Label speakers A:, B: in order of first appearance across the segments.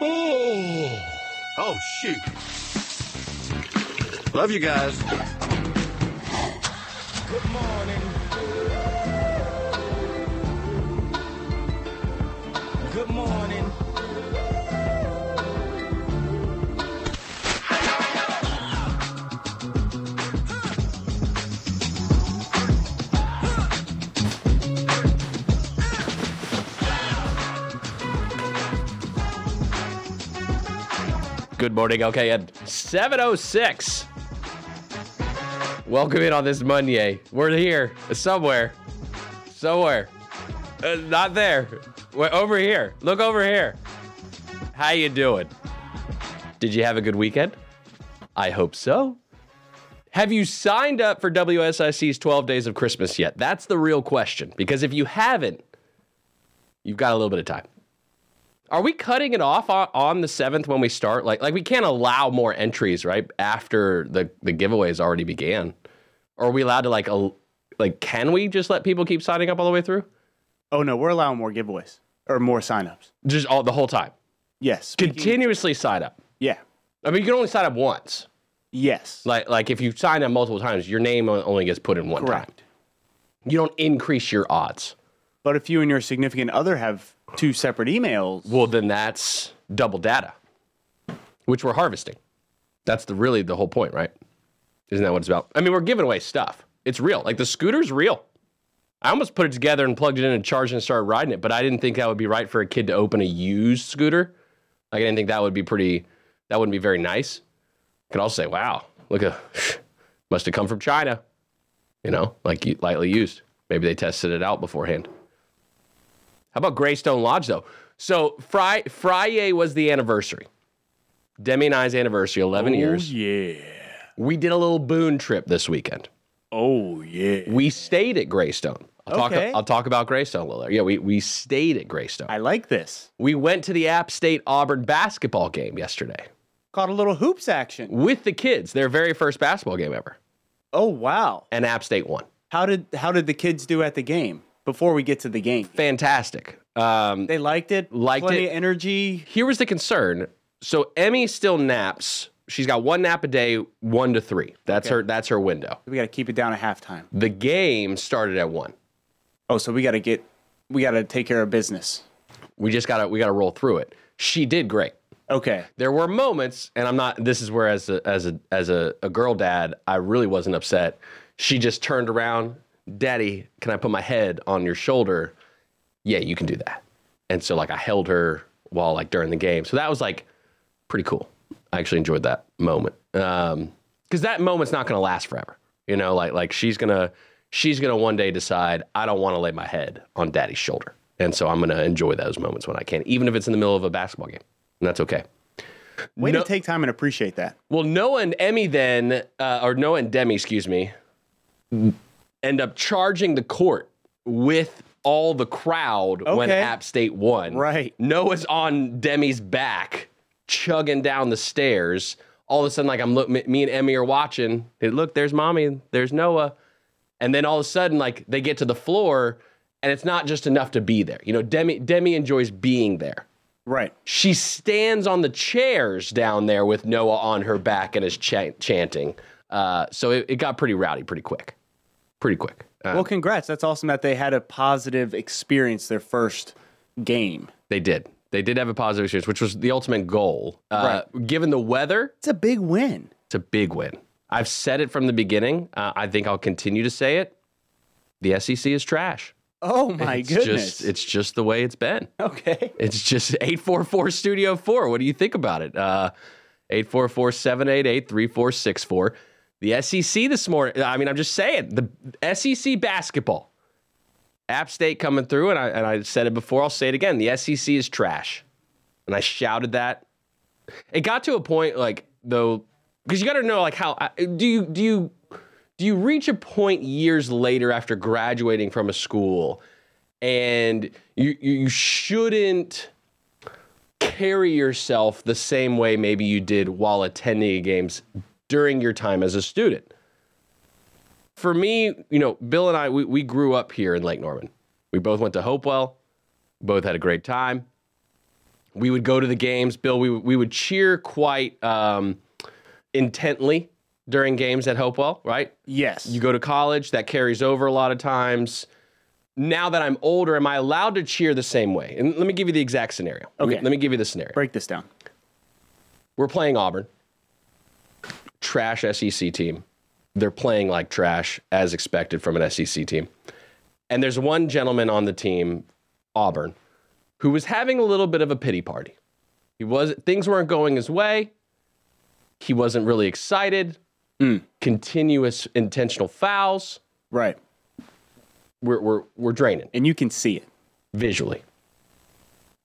A: Oh, oh shoot. Love you guys. Good morning. Good morning.
B: Good morning. Okay, at 706. Welcome in on this Monday. We're here somewhere. Somewhere. Uh, not there. We're over here. Look over here. How you doing? Did you have a good weekend? I hope so. Have you signed up for WSIC's 12 Days of Christmas yet? That's the real question. Because if you haven't, you've got a little bit of time. Are we cutting it off on, on the seventh when we start? Like, like we can't allow more entries, right? After the the giveaways already began, or are we allowed to like, a, like, can we just let people keep signing up all the way through?
C: Oh no, we're allowing more giveaways or more signups.
B: Just all the whole time,
C: Yes. Speaking-
B: continuously sign up.
C: yeah.
B: I mean, you can only sign up once.
C: Yes.
B: Like, like if you sign up multiple times, your name on- only gets put in one time.
C: Correct.
B: You don't increase your odds.
C: But if you and your significant other have two separate emails,
B: Well, then that's double data, which we're harvesting. That's the really the whole point, right? Isn't that what it's about? I mean, we're giving away stuff. It's real. Like the scooter's real. I almost put it together and plugged it in and charged it and started riding it, but I didn't think that would be right for a kid to open a used scooter. Like I didn't think that would be pretty. That wouldn't be very nice. I could also say, "Wow, look a must have come from China," you know, like lightly used. Maybe they tested it out beforehand. How about Greystone Lodge though? So Fri- Friday was the anniversary. Demi and I's anniversary, 11 years.
C: Oh, yeah.
B: We did a little boon trip this weekend.
C: Oh yeah.
B: We stayed at Greystone. I'll,
C: Okay.
B: talk, I'll talk about Greystone a little later. Yeah, we, we stayed at Greystone.
C: I like this.
B: we went to the App State Auburn basketball game yesterday
C: Caught a little hoops action.
B: with the kids, their very first basketball game ever.
C: Oh wow.
B: And App State won.
C: How did how did the kids do at the game? Before we get to the game,
B: Fantastic. Um,
C: they liked it.
B: Liked
C: plenty
B: it.
C: of energy.
B: here was the concern. So Emmy still naps. She's got one nap a day, one to three. That's her. That's her window.
C: We got to keep it down at halftime.
B: The game started at one.
C: Oh, so we got to get we got to take care of business.
B: We just gotta we gotta roll through it. She did great.
C: Okay.
B: There were moments, and I'm not. This is where, as a as a as a, a girl dad, I really wasn't upset. She just turned around, Daddy, can I put my head on your shoulder? Yeah, you can do that. And so like I held her while like during the game. So that was like pretty cool. I actually enjoyed that moment because that moment's not going to last forever. You know, like like she's gonna she's gonna one day decide I don't want to lay my head on daddy's shoulder, and so I'm gonna enjoy those moments when I can, even if it's in the middle of a basketball game, and that's okay.
C: Way
B: No-
C: to take time and appreciate that.
B: Well, Noah and Emmy then, uh, or Noah and Demi, excuse me, end up charging the court with all the crowd when
C: Okay.
B: App State won.
C: Right.
B: Noah's on Demi's back, chugging down the stairs. All of a sudden, like I'm look, me me and Emmy are watching. Hey, look, there's mommy. There's Noah. And then all of a sudden, like they get to the floor, and it's not just enough to be there. You know, Demi Demi enjoys being there
C: Right.
B: she stands on the chairs down there with Noah on her back and is ch- chanting. Uh, so it, it got pretty rowdy pretty quick. Pretty quick. Uh,
C: Well, congrats. That's awesome that they had a positive experience their first game.
B: they did. They did have a positive experience, which was the ultimate goal. Uh, Given the weather,
C: It's a big win.
B: it's a big win. I've said it from the beginning. Uh, I think I'll continue to say it. The SEC is trash.
C: Oh my
B: It's
C: goodness.
B: just it's just the way it's been.
C: okay.
B: It's just 844 Studio 4. What do you think about it? Uh 844 788 3464. The SEC this morning, I mean, I'm just saying, the SEC basketball. App State coming through, and I, and I said it before, I'll say it again. The SEC is trash. And I shouted that. It got to a point, like, though, because you got to know, like, how uh, do you, do you, do you reach a point years later after graduating from a school and you you you shouldn't carry yourself the same way maybe you did while attending games during your time as a student. For me, you know, Bill and I we, we grew up here in Lake Norman. We both went to Hopewell, both had a great time. we would go to the games. Bill, we we would cheer quite um, intently during games at Hopewell, right?
C: Yes.
B: You go to college, that carries over a lot of times. Now that I'm older, am I allowed to cheer the same way? And let me give you the exact scenario. Let me-
C: Okay.
B: let me give you the scenario.
C: Break this down.
B: We're playing Auburn. Trash SEC team. They're playing like trash as expected from an SEC team. And there's one gentleman on the team, Auburn, who was having a little bit of a pity party. He was things weren't going his way. He wasn't really excited. Continuous intentional fouls.
C: Right.
B: We're, we're, we're draining
C: And you can see it.
B: visually.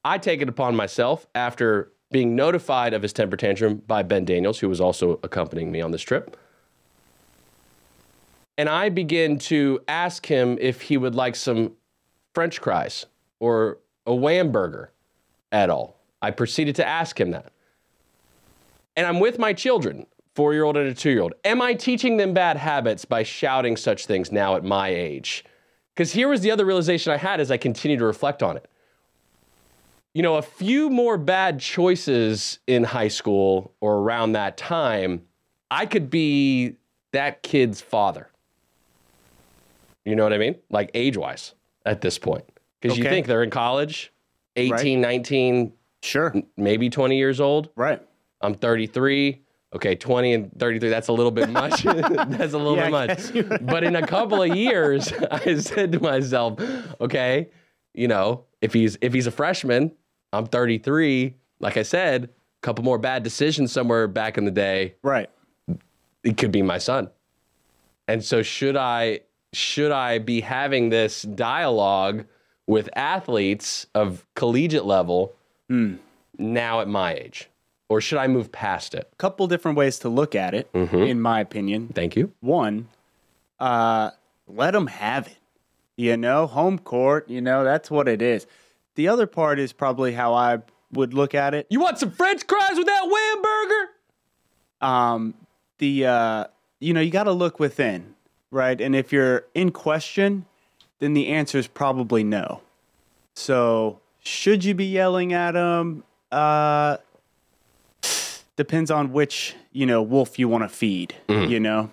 B: I take it upon myself after being notified of his temper tantrum by Ben Daniels, who was also accompanying me on this trip. And I begin to ask him if he would like some French fries or a Wham burger at all. I proceeded to ask him that. And I'm with my children, four year old and a two year old. Am I teaching them bad habits by shouting such things now at my age? Because here was the other realization I had as I continued to reflect on it. You know, a few more bad choices in high school or around that time, I could be that kid's father. You know what I mean? Like age wise at this point. Because you
C: Okay.
B: think they're in college, 18, 19,
C: Sure.
B: Mm. maybe 20 years old.
C: Right.
B: I'm 33. Okay, 20 and 33, that's a little bit much. that's a little
C: Yeah, I guess
B: bit much. But in a couple of years, I said to myself, okay, you know, if he's if he's a freshman, I'm 33. Like I said, a couple more bad decisions somewhere back in the day,
C: Right.
B: it could be my son. And so should I should I be having this dialogue with athletes of collegiate level
C: Hmm.
B: now at my age? Or should I move past it?
C: Couple different ways to look at it,
B: Mm-hmm.
C: in my opinion.
B: Thank you.
C: One, uh, let them have it. You know, home court. You know, that's what it is. The other part is probably how I would look at it.
B: You want some French fries with that Wham burger?
C: um, the uh, you know you got to look within, right? And if you're in question, then the answer is probably no. So should you be yelling at them? Uh, depends on which you know wolf you want to feed.
B: Mm-hmm.
C: You know,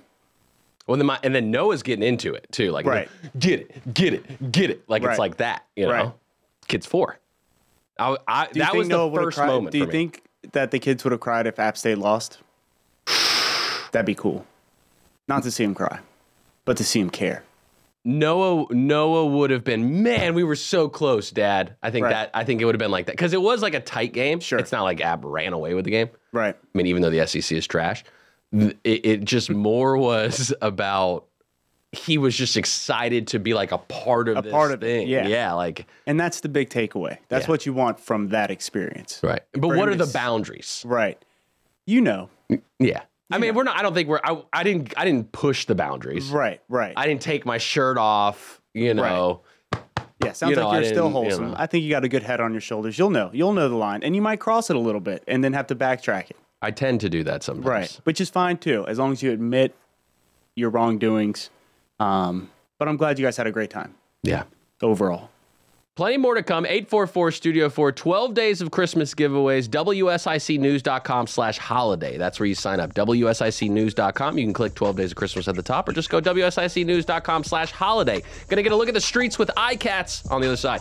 B: Well, then my, and then Noah's getting into it too. Like,
C: Right.
B: get it, get it, get it. Like
C: Right.
B: it's like that, you know.
C: Right.
B: Kid's four. I, I,
C: Do you
B: that
C: think
B: was the
C: Noah would've
B: first
C: cried-
B: moment.
C: Do you
B: for me.
C: think that the kids would have cried if App State lost? That'd be cool. Not to see him cry, but to see him care.
B: Noah Noah would have been man. We were so close, Dad. I think
C: Right.
B: that I think it would have been like that because it was like a tight game.
C: Sure.
B: it's not like Ab ran away with the game.
C: Right.
B: I mean, even though the SEC is trash, th- it, it just more was about he was just excited to be like a part of a this
C: part of it,
B: thing.
C: yeah.
B: yeah, like
C: And that's the big takeaway. That's
B: Yeah.
C: what you want from that experience.
B: right. But what
C: him
B: are the
C: to s-
B: boundaries?
C: Right. You know.
B: Yeah, I mean, we're not. I don't think we're. I, I didn't. I didn't push the boundaries.
C: Right, right.
B: I didn't take my shirt off. You know.
C: yeah, sounds
B: you know,
C: like
B: I
C: you're still
B: didn't, you
C: wholesome.
B: know.
C: I think you got a good head on your shoulders. You'll know. You'll know the line. And you might cross it a little bit and then have to backtrack it.
B: I tend to do that sometimes.
C: Which is fine too, as long as you admit your wrongdoings. Um, but I'm glad you guys had a great time
B: Yeah.
C: overall.
B: Plenty more to come. 844 Studio 4, 12 days of Christmas giveaways. WSICnews.com slash holiday. That's where you sign up. WSICnews.com. You can click 12 days of Christmas at the top or just go WSICnews.com slash holiday. Gonna get a look at the streets with iCats on the other side.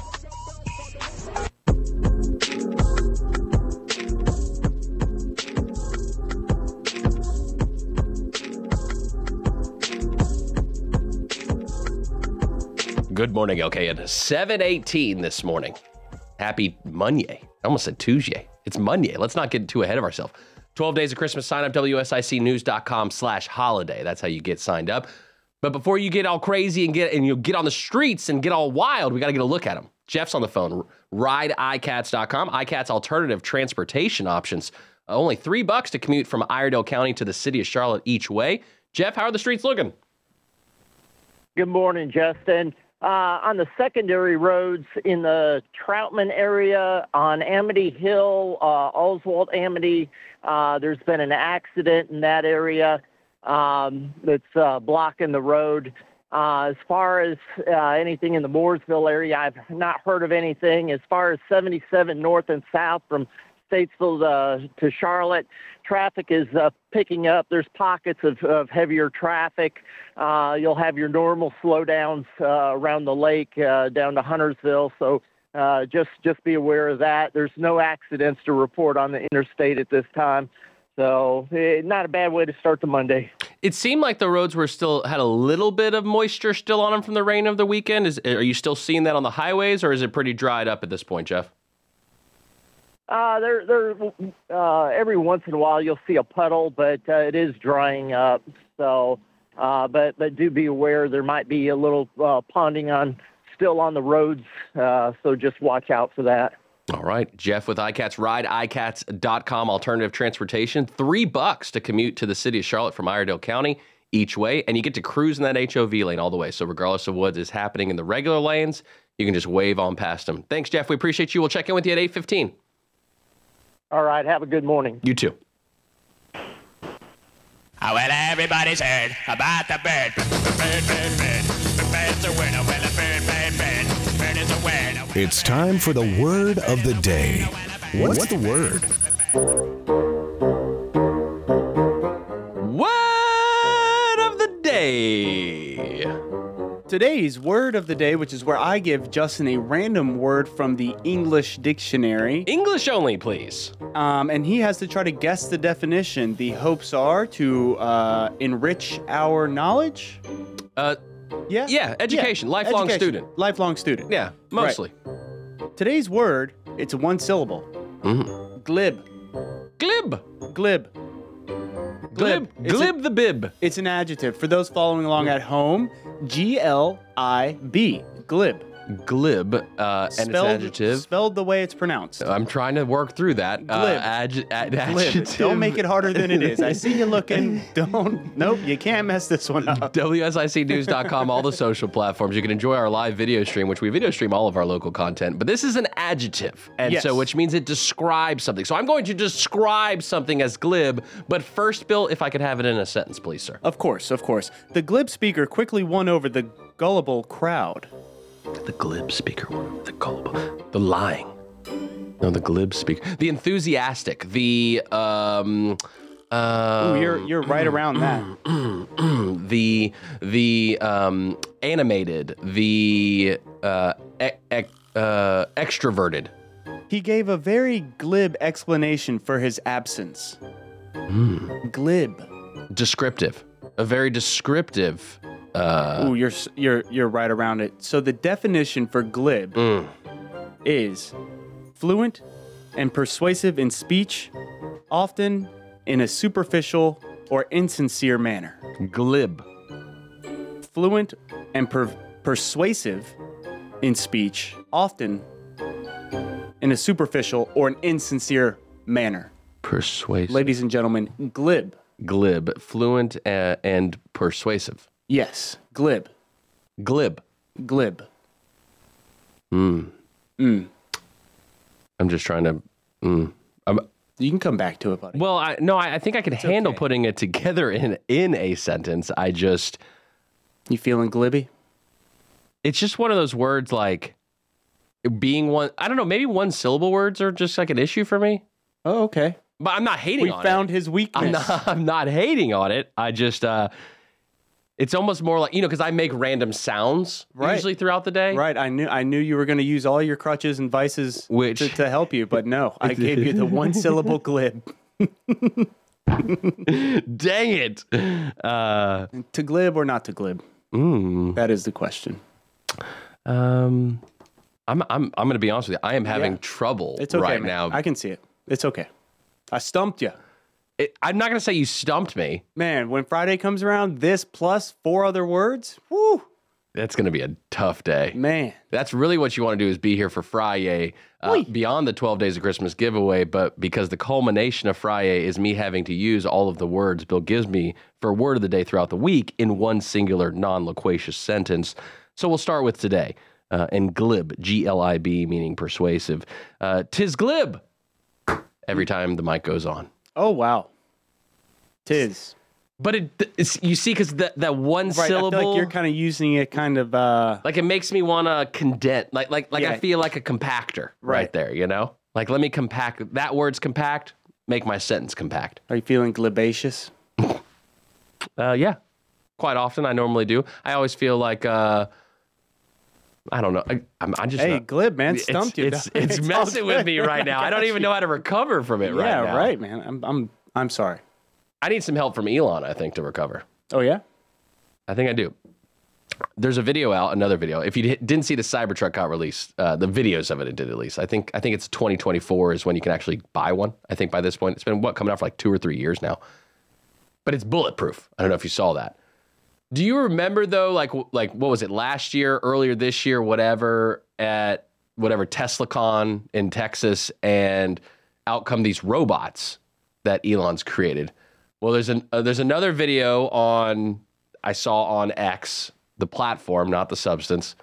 B: Good morning, okay. At 718 this morning. Happy Monday. I almost said Tuesday. It's Monday. Let's not get too ahead of ourselves. 12 days of Christmas. Sign up WSICnews.com slash holiday. That's how you get signed up. But before you get all crazy and get and you get on the streets and get all wild, we got to get a look at them. Jeff's on the phone. RideICats.com. iCats alternative transportation options. Only three bucks to commute from Iredell County to the city of Charlotte each way. Jeff, how are the streets looking?
D: Good morning, Justin. Uh, on the secondary roads in the Troutman area on Amity Hill, uh, Oswald Amity, uh, there's been an accident in that area um, that's uh, blocking the road. Uh, as far as uh, anything in the Mooresville area, I've not heard of anything. As far as 77 north and south from Statesville to, to Charlotte, traffic is uh, picking up. There's pockets of, of heavier traffic. Uh, you'll have your normal slowdowns uh, around the lake uh, down to Huntersville. So uh, just just be aware of that. There's no accidents to report on the interstate at this time. So eh, not a bad way to start the Monday.
B: It seemed like the roads were still had a little bit of moisture still on them from the rain of the weekend. Is are you still seeing that on the highways, or is it pretty dried up at this point, Jeff?
D: Uh, there, there. Uh, every once in a while, you'll see a puddle, but uh, it is drying up. So, uh, but but do be aware there might be a little uh, ponding on still on the roads. Uh, so just watch out for that.
B: All right, Jeff with iCats Ride, iCats.com alternative transportation. Three bucks to commute to the city of Charlotte from Iredale County each way, and you get to cruise in that HOV lane all the way. So, regardless of what is happening in the regular lanes, you can just wave on past them. Thanks, Jeff. We appreciate you. We'll check in with you at 8.15.
D: All right. Have a good morning.
B: You too.
E: Oh, well, everybody's heard about the bird. Bird, bird, bird. Bird's a word. Oh, well, a bird, bird, bird. Bird is a word. Oh, well,
F: It's time for the word of the day. What's the word?
B: Word of the day.
C: Today's word of the day, which is where I give Justin a random word from the English dictionary,
B: English only, please.
C: um, and he has to try to guess the definition. The hopes are to uh, enrich our knowledge.
B: Uh,
C: Yeah.
B: Yeah, education, lifelong student.
C: Lifelong student.
B: yeah, mostly.
C: Today's word, it's one syllable.
B: Mm-hmm.
C: Glib.
B: Glib.
C: Glib.
B: Glib.
C: It's a-
B: Glib the bib.
C: It's an adjective. For those following along at home, G L I B. Glib.
B: Glib, uh, and it's an adjective.
C: Spelled the way it's pronounced.
B: I'm trying to work through that. Uh,
C: Glib.
B: adj- ad-
C: Glib.
B: adjective.
C: Don't make it harder than it is. I see you looking. Don't. Nope. You can't mess this one up.
B: WSICnews.com, all the social platforms. You can enjoy our live video stream, which we video stream all of our local content. But this is an adjective, and
C: Yes.
B: so which means it describes something. So I'm going to describe something as glib. But first, Bill, if I could have it in a sentence, please, sir.
C: Of course, of course. The glib speaker quickly won over the gullible crowd.
B: The glib speaker one. The gullible. The lying. No, the glib speaker. The enthusiastic. The um.
C: Ooh,
B: Uh,
C: you're you're right around that.
B: mm. the the um, animated, the uh, e- e- uh, extroverted.
C: He gave a very glib explanation for his absence. Glib.
B: descriptive, a very descriptive. Uh,
C: Ooh, you're s- you're you're right around it. So the definition for glib is fluent and persuasive in speech, often in a superficial or insincere manner.
B: glib.
C: Fluent and per- persuasive in speech, often in a superficial or an insincere manner.
B: Persuasive.
C: Ladies and gentlemen, glib.
B: glib. Fluent uh, and persuasive.
C: Yes, glib,
B: Glib.
C: glib.
B: I'm just trying to. Mm. I'm,
C: You can come back to it, buddy.
B: well, I, no, I, I think I could handle putting it together in in a sentence. I just,
C: You feeling glibby?
B: it's just one of those words like being one. I don't know. Maybe one syllable words are just like an issue for me.
C: Oh, okay.
B: But I'm not hating
C: We
B: on it.
C: found his weakness.
B: I'm not, I'm not hating on it. I just, uh, it's almost more like, you know, because I make random sounds
C: Right.
B: usually throughout the day.
C: Right, I knew I knew you were going to use all your crutches and vices
B: Which-
C: to, to help you, but no, I gave you the one syllable glib.
B: Dang it. Uh,
C: To glib or not to glib?
B: mm,
C: That is the question.
B: um, I'm, I'm, I'm going to be honest with you. I am having
C: Yeah.
B: trouble
C: It's okay
B: right
C: man.
B: now.
C: I can see it. It's okay. I stumped you,
B: It- I'm not going to say you stumped me.
C: man. When Friday comes around, this plus four other words. Woo,
B: That's going to be a tough day.
C: man.
B: That's really what you want to do is be here for Friday uh, beyond the 12 days of Christmas giveaway. But because the culmination of Friday is me having to use all of the words Bill gives me for word of the day throughout the week in one singular non loquacious sentence. So we'll start with today uh, and glib, G L I B, meaning persuasive. Uh, Tis glib every time the mic goes on.
C: Oh wow. Tis
B: But it, it's, you see, because that that one
C: Right, I feel
B: syllable,
C: like you're kind of using it kind of uh,
B: like it makes me want to condense like like like i
C: Yeah.
B: feel like a compactor right.
C: Right.
B: there you know like let me compact that word's compact make my sentence compact
C: Are you feeling glabacious?
B: uh yeah quite often i normally do i always feel like uh i don't know i, I'm, I'm just
C: Hey,
B: not-
C: glib man,
B: it's,
C: stumped you.
B: it's,
C: dog.
B: it's
C: all
B: messing with
C: good.
B: me right now i don't
C: got
B: even
C: you.
B: know how to recover from it right
C: yeah,
B: now
C: right, man. I'm, I'm, I'm sorry.
B: i need some help from elon i think to recover
C: Oh yeah,
B: I think I do. There's a video out, another video. If you di- didn't see the Cybertruck got released, uh, the videos of it, it did at least. I think I think it's 2024 is when you can actually buy one. I think by this point, it's been what coming out for like two or three years now. But it's bulletproof. I don't know if you saw that. Do you remember though, like w- like what was it last year, earlier this year, whatever, at whatever TeslaCon in Texas, and out come these robots that Elon's created. Well, there's an uh, there's another video on I saw on X, the platform, not the substance,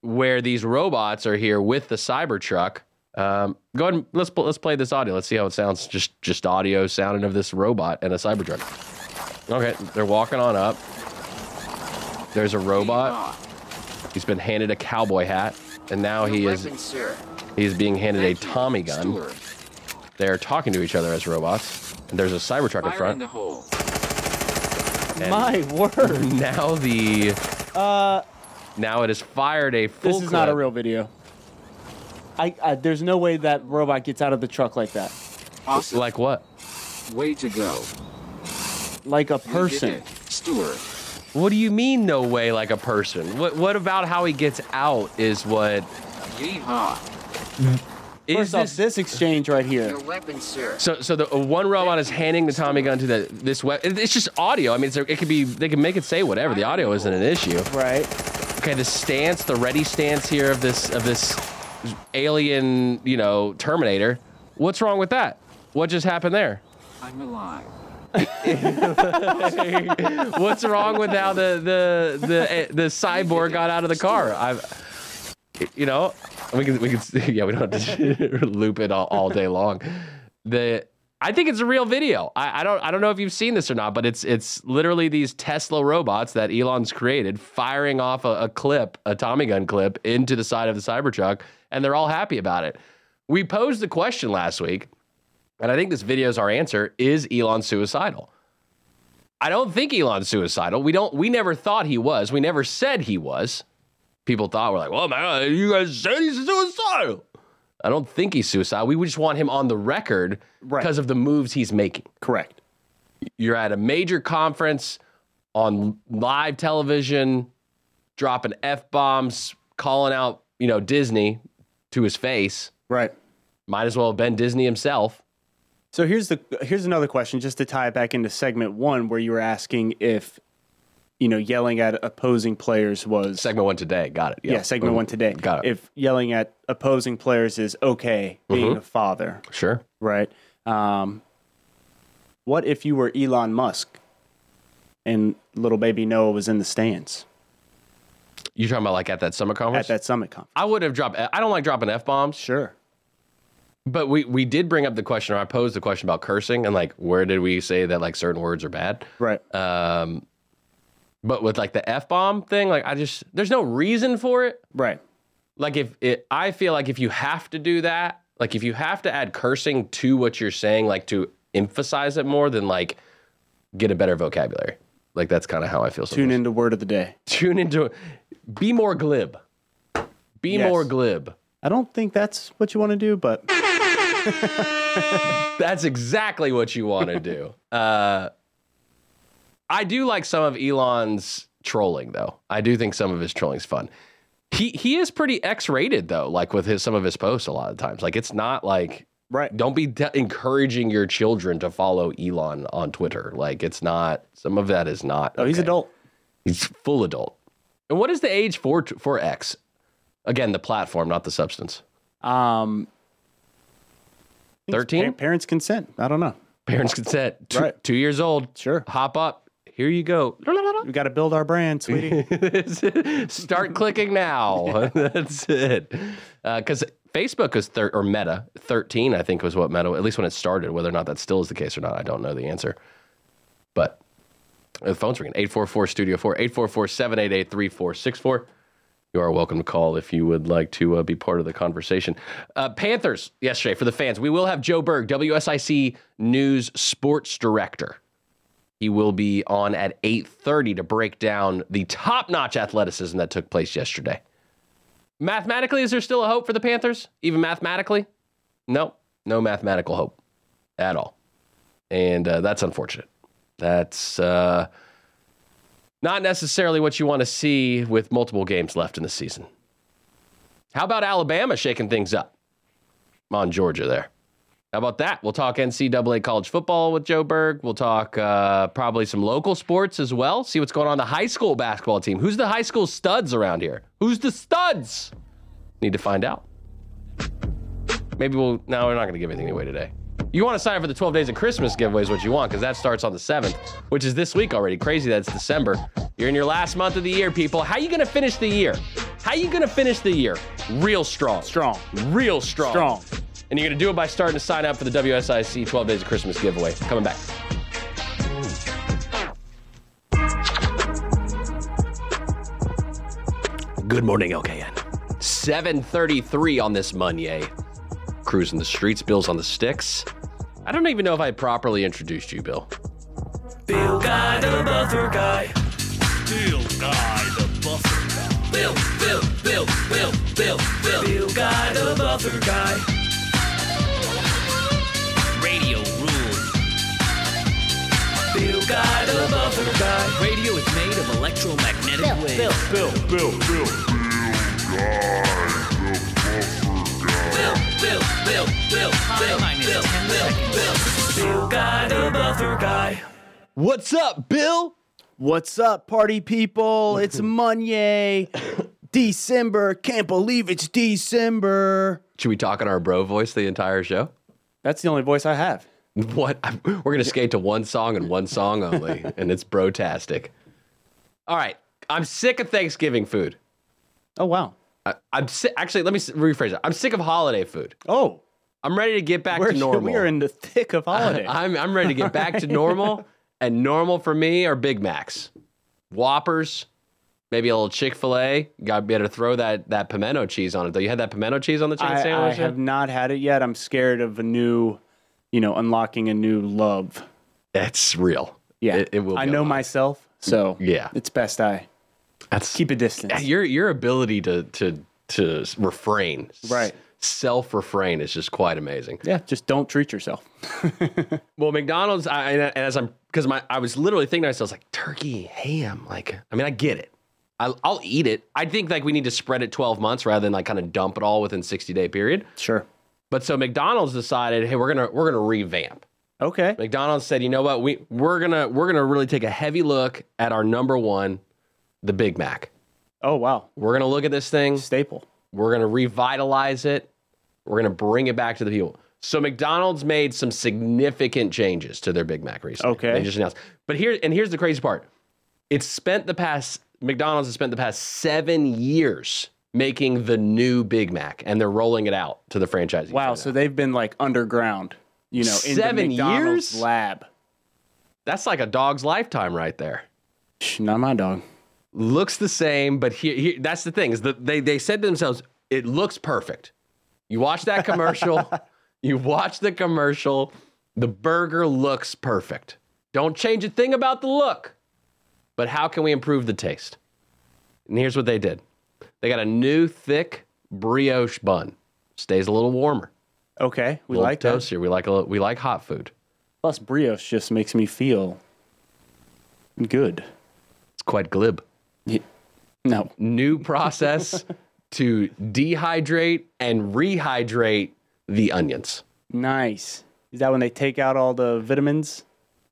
B: where these robots are here with the Cybertruck. Um, go ahead and let's pl- let's play this audio. Let's see how it sounds. Just just audio sounding of this robot and a Cybertruck. Okay, they're walking on up. There's a robot. He's been handed a cowboy hat, and now he is he's being handed a Tommy gun. They're talking to each other as robots. And there's a Cybertruck in front. And
C: my word.
B: now the now it has fired a full.
C: Uh, This is not a
B: clip.
C: real video. I, I there's no way that robot gets out of the truck like that,
G: Awesome.
B: Like what?
G: Way to go.
C: like a
G: You did
C: person.
G: it, Stuart.
B: What do you mean? No way, like a person. What? What about how he gets out? Is what?
G: Yeehaw.
B: Is
C: First off,
B: this?
C: this exchange right here.
G: Your weapon, sir.
B: so, so the uh, one robot is handing the Tommy gun to the this. We- it- it's just audio. I mean, it's, it could be. They can make it say whatever. The audio isn't an issue.
C: Right.
B: Okay, the stance, the ready stance here of this of this alien, you know, Terminator. What's wrong with that? What just happened there?
G: I'm alive.
B: What's wrong with how the the the the cyborg got out of the car? I've you know we can we can yeah we don't have to loop it all, all day long. The I think it's a real video. I, I don't I don't know if you've seen this or not, but it's it's literally these Tesla robots that Elon's created firing off a, a clip, a Tommy gun clip, into the side of the Cybertruck, and they're all happy about it. We posed the question last week, and I think this video is our answer: Is Elon suicidal? I don't think Elon's suicidal. We don't. We never thought he was. We never said he was. People thought we're like, well, man, you guys said he's suicidal. I don't think he's suicidal. We just want him on the record
C: Right.
B: because of the moves he's making.
C: Correct.
B: You're at a major conference on live television, dropping f bombs, calling out you know Disney to his face.
C: Right.
B: Might as well have been Disney himself.
C: So here's the here's another question, just to tie it back into segment one, where you were asking if, you know, yelling at opposing players was
B: Segment one today. Got it.
C: yeah, segment one today.
B: Mm-hmm. Got it. Mm-hmm.
C: If yelling at opposing players is okay, being a father,
B: Sure.
C: right? Um, what if you were Elon Musk, and little baby Noah was in the stands
B: You're talking about like at that summit conference.
C: at that summit conference?
B: I would have dropped. I don't like dropping f bombs.
C: Sure.
B: But we we did bring up the question, or I posed the question about cursing and like where did we say that like certain words are bad? Um,
C: Right.
B: Uh, But with like the f bomb thing, like I just there's no reason for it.
C: right.
B: Like if it, I feel like if you have to do that, like if you have to add cursing to what you're saying, like to emphasize it more, then like get a better vocabulary. Like that's kind of how I feel.
C: Tune
B: Sometimes.
C: into word of the day.
B: Tune into, be more glib, be
C: Yes.
B: more glib.
C: I don't think that's what you want to do, but
B: That's exactly what you want to do. Uh, I do like some of Elon's trolling, though. I do think some of his trolling's fun. He he is pretty X-rated though, like with his some of his posts a lot of times. Like it's not like
C: right.
B: don't be de- encouraging your children to follow Elon on Twitter. Like it's not some of that is not.
C: Oh, he's
B: okay.
C: adult.
B: He's full adult. And what is the age for for X? Again, the platform, not the substance.
C: Um,
B: Thirteen.
C: Pa- parents consent. I don't know.
B: Parents consent. Two,
C: Right.
B: two years old.
C: Sure.
B: Hop up. Here you go.
C: We got to build our brand, sweetie.
B: Start clicking now. That's it. Because Facebook is thir- or Meta thirteen, I think was what Meta at least when it started. Whether or not that still is the case or not, I don't know the answer. But the phone's ringing 844 Studio 4 844 788 3464. You are welcome to call if you would like to uh, be part of the conversation. Uh, Panthers yesterday for the fans. We will have Joe Berg, WSIC News Sports Director. He will be on at 8:30 to break down the top-notch athleticism that took place yesterday. Mathematically, is there still a hope for the Panthers? Even mathematically? No, no mathematical hope at all. And uh, that's unfortunate. That's uh, not necessarily what you want to see with multiple games left in the season. How about Alabama shaking things up on Georgia there? How about that? We'll talk NCAA college football with Joe Berg. We'll talk uh, probably some local sports as well. See what's going on the high school basketball team. Who's the high school studs around here? Who's the studs? Need to find out. Maybe we'll. No, we're not going to give anything away today. You want to sign up for the 12 Days of Christmas giveaway is what you want because that starts on the 7th, which is this week already. Crazy that it's December. You're in your last month of the year, people. How you going to finish the year? How you going to finish the year? Real strong.
C: Strong.
B: Real strong.
C: Strong.
B: And you're going to do it by starting to sign up for the WSIC 12 Days of Christmas giveaway. Coming back. Good morning, LKN. 7:33 on this Monday. Cruising the streets, Bill's on the sticks. I don't even know if I properly introduced you, Bill.
H: Bill Guy, the buffer guy.
E: Bill Guy the Buffer Guy.
H: Bill, Bill, Bill, Bill, Bill, Bill. Bill Guy, the buffer guy.
E: Radio rules.
H: Bill Guy, the buffer guy.
E: Radio is made of electromagnetic waves.
H: Bill, Bill, Bill, Bill, Bill,
E: Timeline is
H: Bill,
E: 10
H: Bill, Bill. Bill Guy, the buffer guy.
B: What's up, Bill?
C: What's up, party people? It's Monday, December. Can't believe it's December.
B: Should we talk in our bro voice the entire show?
C: That's the only voice I have.
B: What? I'm- we're going to skate to one song and one song only, and it's brotastic. All right. I'm sick of Thanksgiving food.
C: Oh wow.
B: I, I'm si- actually, let me s- rephrase it. I'm sick of holiday food.
C: Oh,
B: I'm ready to get back
C: we're,
B: to normal.
C: we are in the thick of holiday.
B: I'm, I'm ready to get back to normal. And normal for me are Big Macs, Whoppers, maybe a little Chick fil A. Got better throw that, that pimento cheese on it, though. You had that pimento cheese on the chicken
C: I, I
B: sandwich?
C: have not had it yet. I'm scared of a new, you know, unlocking a new love.
B: That's real.
C: Yeah,
B: It, it will
C: I
B: be
C: know
B: alive.
C: myself, so
B: Yeah.
C: it's best I
B: That's-
C: keep a distance.
B: your your ability to to to refrain
C: Right.
B: self refrain is just quite amazing
C: Yeah, just don't treat yourself.
B: well mcdonald's I, and as i'm because my i was literally thinking to myself like turkey ham like i mean i get it I, i'll eat it i think like we need to spread it 12 months rather than like kind of dump it all within 60 day period
C: Sure.
B: but so mcdonald's decided hey we're gonna we're gonna revamp
C: Okay.
B: McDonald's said, "You know what? We we're gonna we're gonna really take a heavy look at our number one, the Big Mac.
C: Oh wow,
B: We're gonna look at this thing.
C: staple.
B: We're going to revitalize it. We're going to bring it back to the people. So McDonald's made some significant changes to their Big Mac recently.
C: Okay.
B: They just announced. But here and here's the crazy part. It's spent the past McDonald's has spent the past 7 years making the new Big Mac and they're rolling it out to the franchisees.
C: Wow,
B: right
C: so
B: now.
C: they've been like underground, you know, in
B: Seven
C: the McDonald's
B: years?
C: lab.
B: that's like a dog's lifetime right there.
C: Shh, Not my dog.
B: looks the same, but here, here that's the thing is that they they said to themselves, it looks perfect. You watch that commercial, you watch the commercial, the burger looks perfect. Don't change a thing about the look, but how can we improve the taste? And here's what they did: they got a new thick brioche bun, stays a little warmer,
C: Okay, we
B: a little
C: like those.
B: toastier. We like a little, we like hot food.
C: Plus, brioche just makes me feel good.
B: It's quite glib.
C: No,
B: new process to dehydrate and rehydrate the onions.
C: nice. Is that when they take out all the vitamins?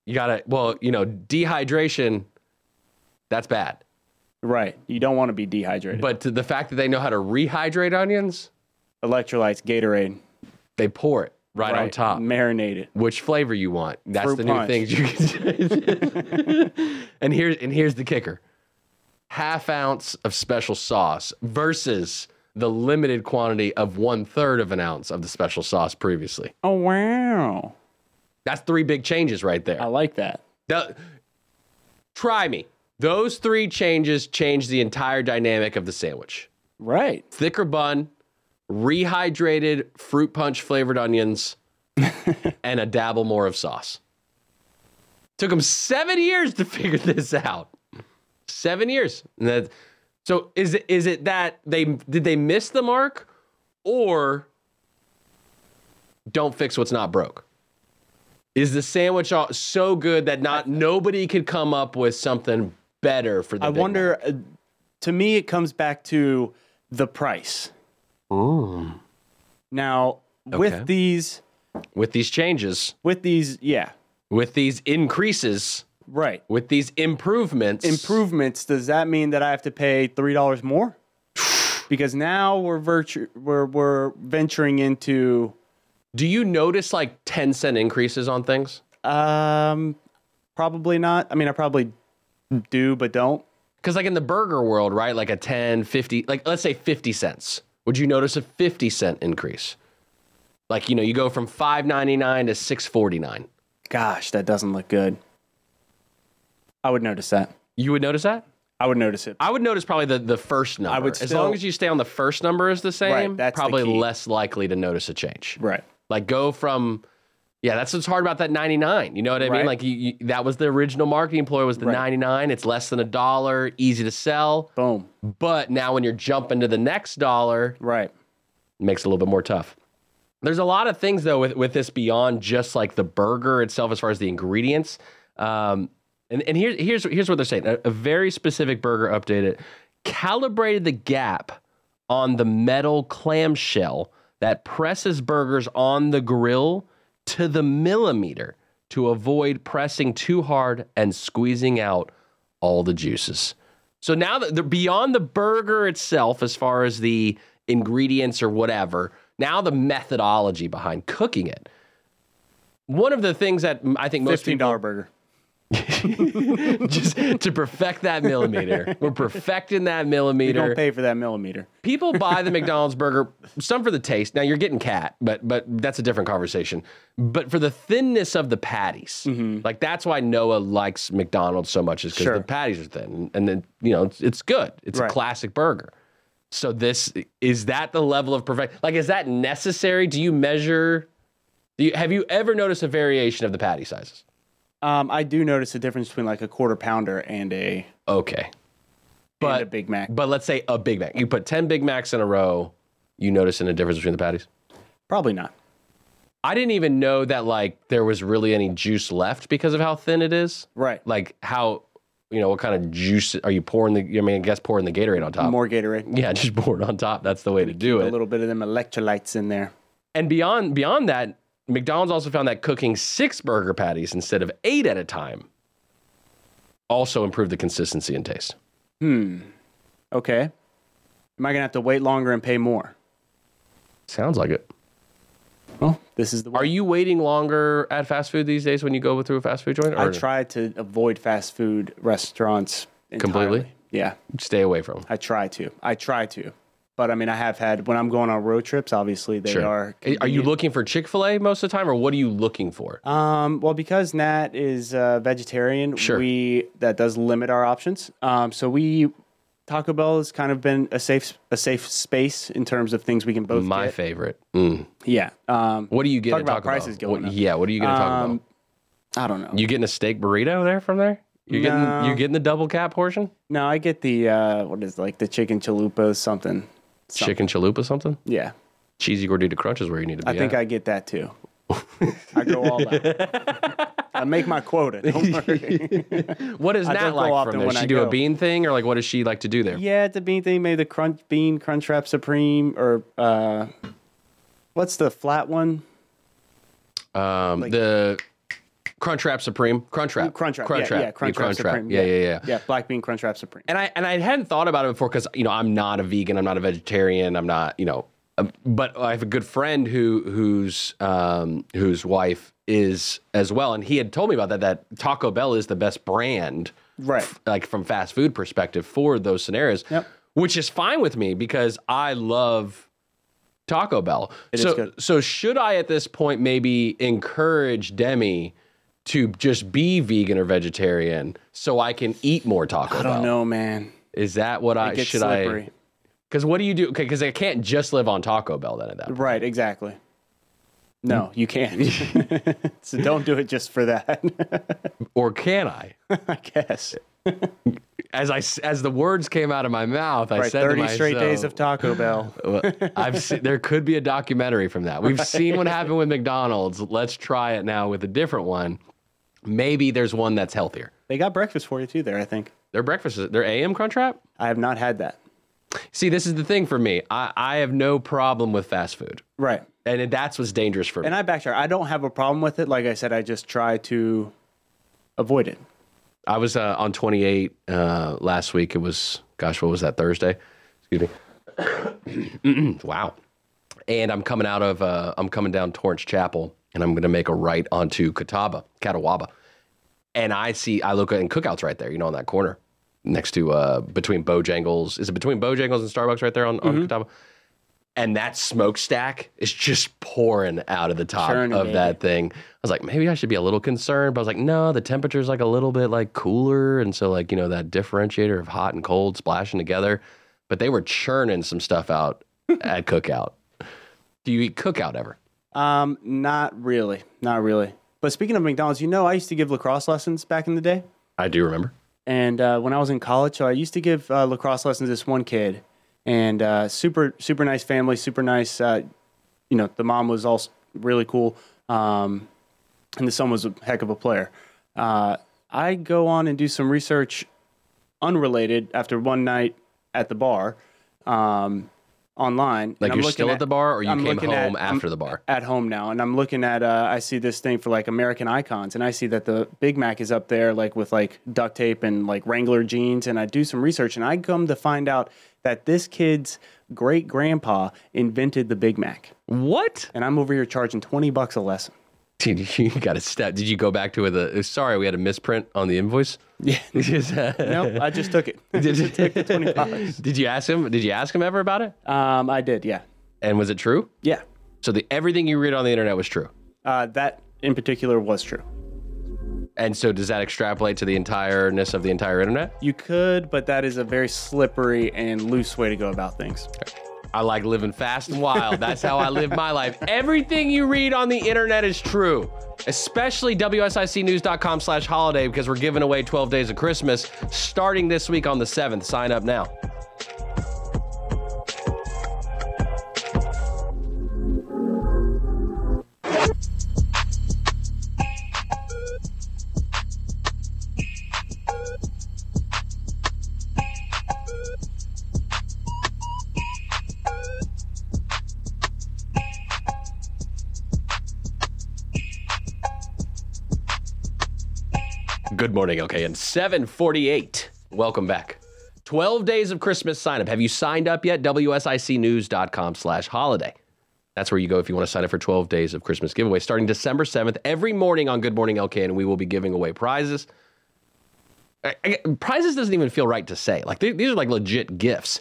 B: You gotta, well, you know, dehydration, that's bad.
C: Right. You don't want to be dehydrated.
B: But to the fact that they know how to rehydrate onions,
C: Electrolytes, Gatorade,
B: they pour it right, on top.
C: marinate it.
B: Which flavor you want? That's
C: Fruit
B: the
C: punch.
B: new things you can. and here's and here's the kicker: half ounce of special sauce versus the limited quantity of one third of an ounce of the special sauce previously.
C: Oh wow, Oh.
B: That's three big changes right there.
C: I like that.
B: Now, try me. Those three changes change the entire dynamic of the sandwich.
C: Right.
B: Thicker bun, rehydrated fruit punch flavored onions, and a dabble more of sauce. Took them seven years to figure this out. Seven years. And that- so is it is it that they did they miss the mark, or don't fix what's not broke? Is the sandwich all- so good that not nobody could come up with something better for the?
C: I
B: Big Mac?
C: wonder. Uh, to me, it comes back to the price. Now,
B: Mm. Okay.
C: with these,
B: with these changes,
C: with these, yeah,
B: with these increases,
C: right.
B: with these improvements,
C: Improvements. Does that mean that I have to pay three dollars more? Because now we're virtu- we're we're venturing into
B: Do you notice like ten cent increases on things?
C: um, probably not. I mean, I probably do, but don't.
B: Because like in the burger world, right? Like a 10, 50, like let's say 50 cents. Would you notice a 50 cent increase? Like, you know, you go from 5.99 to 6.49.
C: Gosh, that doesn't look good. I would notice that.
B: You would notice that?
C: I would notice it.
B: I would notice probably the, the first number.
C: would
B: as
C: still-
B: long as you stay on the first number as the same,
C: that's the
B: probably
C: key.
B: less likely to notice a change.
C: Right.
B: Like go from yeah, that's what's hard about that 99. You know what I mean?
C: Right.
B: Like you, you, that was the original marketing ploy was the
C: Right.
B: 99. It's less than a dollar, easy to sell.
C: Boom.
B: But now when you're jumping to the next dollar,
C: Right.
B: it makes it a little bit more tough. There's a lot of things though with, with this beyond just like the burger itself as far as the ingredients. Um, and and here, here's here's what they're saying. A, a very specific burger updated calibrated the gap on the metal clamshell that presses burgers on the grill to the millimeter to avoid pressing too hard and squeezing out all the juices. So now that they're beyond the burger itself, as far as the ingredients or whatever, now the methodology behind cooking it. One of the things that I think most
C: Fifteen
B: people
C: dollar burger.
B: just to perfect that millimeter, we're perfecting that
C: You
B: millimeter
C: don't pay for that millimeter.
B: people buy the McDonald's burger some for the taste. Now you're getting cat, but but that's a different conversation. But for the thinness of the patties, like that's why Noah likes McDonald's so much is because
C: Mm-hmm. Sure.
B: the patties are thin, and then you know it's, it's good. It's
C: Right.
B: a classic burger. So this is that the level of perfect? Like is that necessary? Do you measure? Do you, have you ever noticed a variation of the patty sizes?
C: Um, I do notice a difference between like a quarter pounder and a
B: Okay,
C: and
B: but
C: a Big Mac.
B: But let's say a Big Mac. You put ten Big Macs in a row. You noticing a difference between the patties?
C: Probably not.
B: I didn't even know that like there was really any juice left because of how thin it is.
C: Right.
B: Like how you know what kind of juice are you pouring the? I mean, I guess pouring the Gatorade on top.
C: More Gatorade.
B: yeah, just pour it on top. That's the way to do
C: A
B: it.
C: little bit of them electrolytes in there.
B: And beyond beyond that, McDonald's also found that cooking six burger patties instead of eight at a time also improved the consistency and taste.
C: Hmm. Okay. Am I gonna have to wait longer and pay more?
B: Sounds like it.
C: Well, this is the way.
B: Are you waiting longer at fast food these days when you go through a fast food joint? Or
C: I try to avoid fast food restaurants entirely.
B: Completely?
C: Yeah,
B: stay away from. 'em?
C: I try to. I try to. But I mean, I have had when I'm going on road trips. Obviously, they
B: Sure.
C: are.
B: Are you looking for Chick Fil A most of the time, or what are you looking for?
C: Um, well, because Nat is uh, vegetarian,
B: Sure.
C: we that does limit our options. Um, so we Taco Bell has kind of been a safe a safe space in terms of things we can both
B: My
C: get.
B: favorite. Mm.
C: yeah. Um,
B: What do you get?
C: Talk
B: at
C: about
B: Taco
C: prices
B: Bell?
C: going
B: What-
C: up.
B: Yeah. What are you going to talk
C: Um,
B: about?
C: I don't know.
B: You getting a steak burrito there from there? You
C: No.
B: getting you getting the double cap portion?
C: no, I get the uh, what is it, like the chicken chalupa something.
B: Chicken
C: Something.
B: chalupa something?
C: Yeah,
B: Cheesy gordita crunch is where you need to be.
C: I think I get that too. I go all out. I make my quota. Don't worry.
B: What is
C: I
B: Nat
C: don't go
B: like
C: often
B: from there?
C: when
B: She
C: I
B: do a
C: go.
B: bean thing, or like what does she like to do there?
C: yeah, it's a bean thing. Maybe the crunch bean crunch wrap supreme or uh, what's the flat one?
B: Um,
C: Like-
B: the Crunchwrap Supreme, Crunchwrap,
C: Crunch wrap.
B: Crunchwrap,
C: yeah, yeah, crunch wrap supreme.
B: yeah, yeah, yeah.
C: Yeah, black bean crunch wrap supreme.
B: and I and I hadn't thought about it before because you know I'm not a vegan, I'm not a vegetarian, I'm not you know, um, but I have a good friend who whose um, whose wife is as well, and he had told me about that that Taco Bell is the best brand,
C: Right.
B: Like from fast food perspective for those scenarios,
C: Yep.
B: which is fine with me because I love Taco Bell.
C: It is
B: so,
C: good.
B: so should I at this point maybe encourage Demi to just be vegan or vegetarian so I can eat more Taco
C: I don't
B: Bell?
C: know, man.
B: Is that what I
C: It gets
B: should
C: slippery.
B: I? Because what do you do? Okay, because I can't just live on Taco Bell then at that. point.
C: Right, exactly. No,
B: Hmm.
C: you can't. so don't do it just for that,
B: Or can I?
C: I guess.
B: As I s- as the words came out of my mouth, I
C: Right,
B: said
C: 30
B: to myself,
C: straight days of Taco Bell.
B: Well, I've seen, there could be a documentary from that. We've seen what happened with McDonald's. Let's try it now with a different one. Maybe there's one that's healthier.
C: They got breakfast for you too there, I think.
B: Their breakfast is their AM Crunchwrap.
C: I have not had that.
B: See, this is the thing for me. I, I have no problem with fast food,
C: Right.
B: and that's what's dangerous for me.
C: And I backtrack. I don't have a problem with it. Like I said, I just try to avoid it.
B: I was uh, on 28 uh, last week. It was, gosh, what was that, Thursday? Excuse me. wow. And I'm coming out of, uh, I'm coming down Torrance Chapel and I'm going to make a right onto Catawba, Catawaba. And I see, I look at, and Cookouts right there, you know, on that corner next to, uh, between Bojangles. Is it between Bojangles and Starbucks right there on,
C: Mm-hmm.
B: on Catawba? And that smokestack is just pouring out of the top
C: Churning,
B: of
C: baby.
B: that thing. I was like, maybe I should be a little concerned, but I was like, no, the temperature's like a little bit like cooler. And so, like, you know, that differentiator of hot and cold splashing together. But they were churning some stuff out at Cookout. Do you eat Cookout ever?
C: Um, not really. Not really. But speaking of McDonald's, you know, I used to give lacrosse lessons back in the day.
B: I do remember.
C: And uh, when I was in college, so I used to give uh, lacrosse lessons to this one kid, and uh, super super nice family, super nice. Uh, you know, the mom was also really cool, um, and the son was a heck of a player. Uh, I go on and do some research, unrelated, after one night at the bar, um, online. and
B: Like,
C: I'm
B: you're
C: looking
B: still at, the bar or you
C: I'm
B: came
C: looking at-
B: home
C: I'm-
B: after the bar?
C: at home now and I'm looking at uh, I see this thing for like American icons and I see that the Big Mac is up there like with like duct tape and like Wrangler jeans and I do some research and I come to find out that this kid's great grandpa invented the Big Mac
B: What?
C: and I'm over here charging 20 bucks a lesson.
B: Dude, you got to step. Did you go back to it with a, sorry, we had a misprint on the invoice? Yeah.
C: Nope, I just took it.
B: did, you take the 20 did you ask him? Did you ask him ever about it?
C: um I did, yeah.
B: And was it true?
C: Yeah.
B: So the everything you read on the internet was true.
C: Uh, that in particular was true.
B: And so does that extrapolate to the entireness of the entire internet?
C: You could, but that is a very slippery and loose way to go about things.
B: I like living fast and wild. That's how I live my life. Everything you read on the internet is true, especially WSICnews.com slash holiday because we're giving away 12 days of Christmas starting this week on the 7th. Sign up now. Good morning, okay. And 748. Welcome back. 12 days of Christmas sign up. Have you signed up yet? WSICnews.com slash holiday. That's where you go if you want to sign up for 12 days of Christmas giveaway starting December 7th. Every morning on Good Morning LK, and we will be giving away prizes. I- I- prizes doesn't even feel right to say. Like th- these are like legit gifts.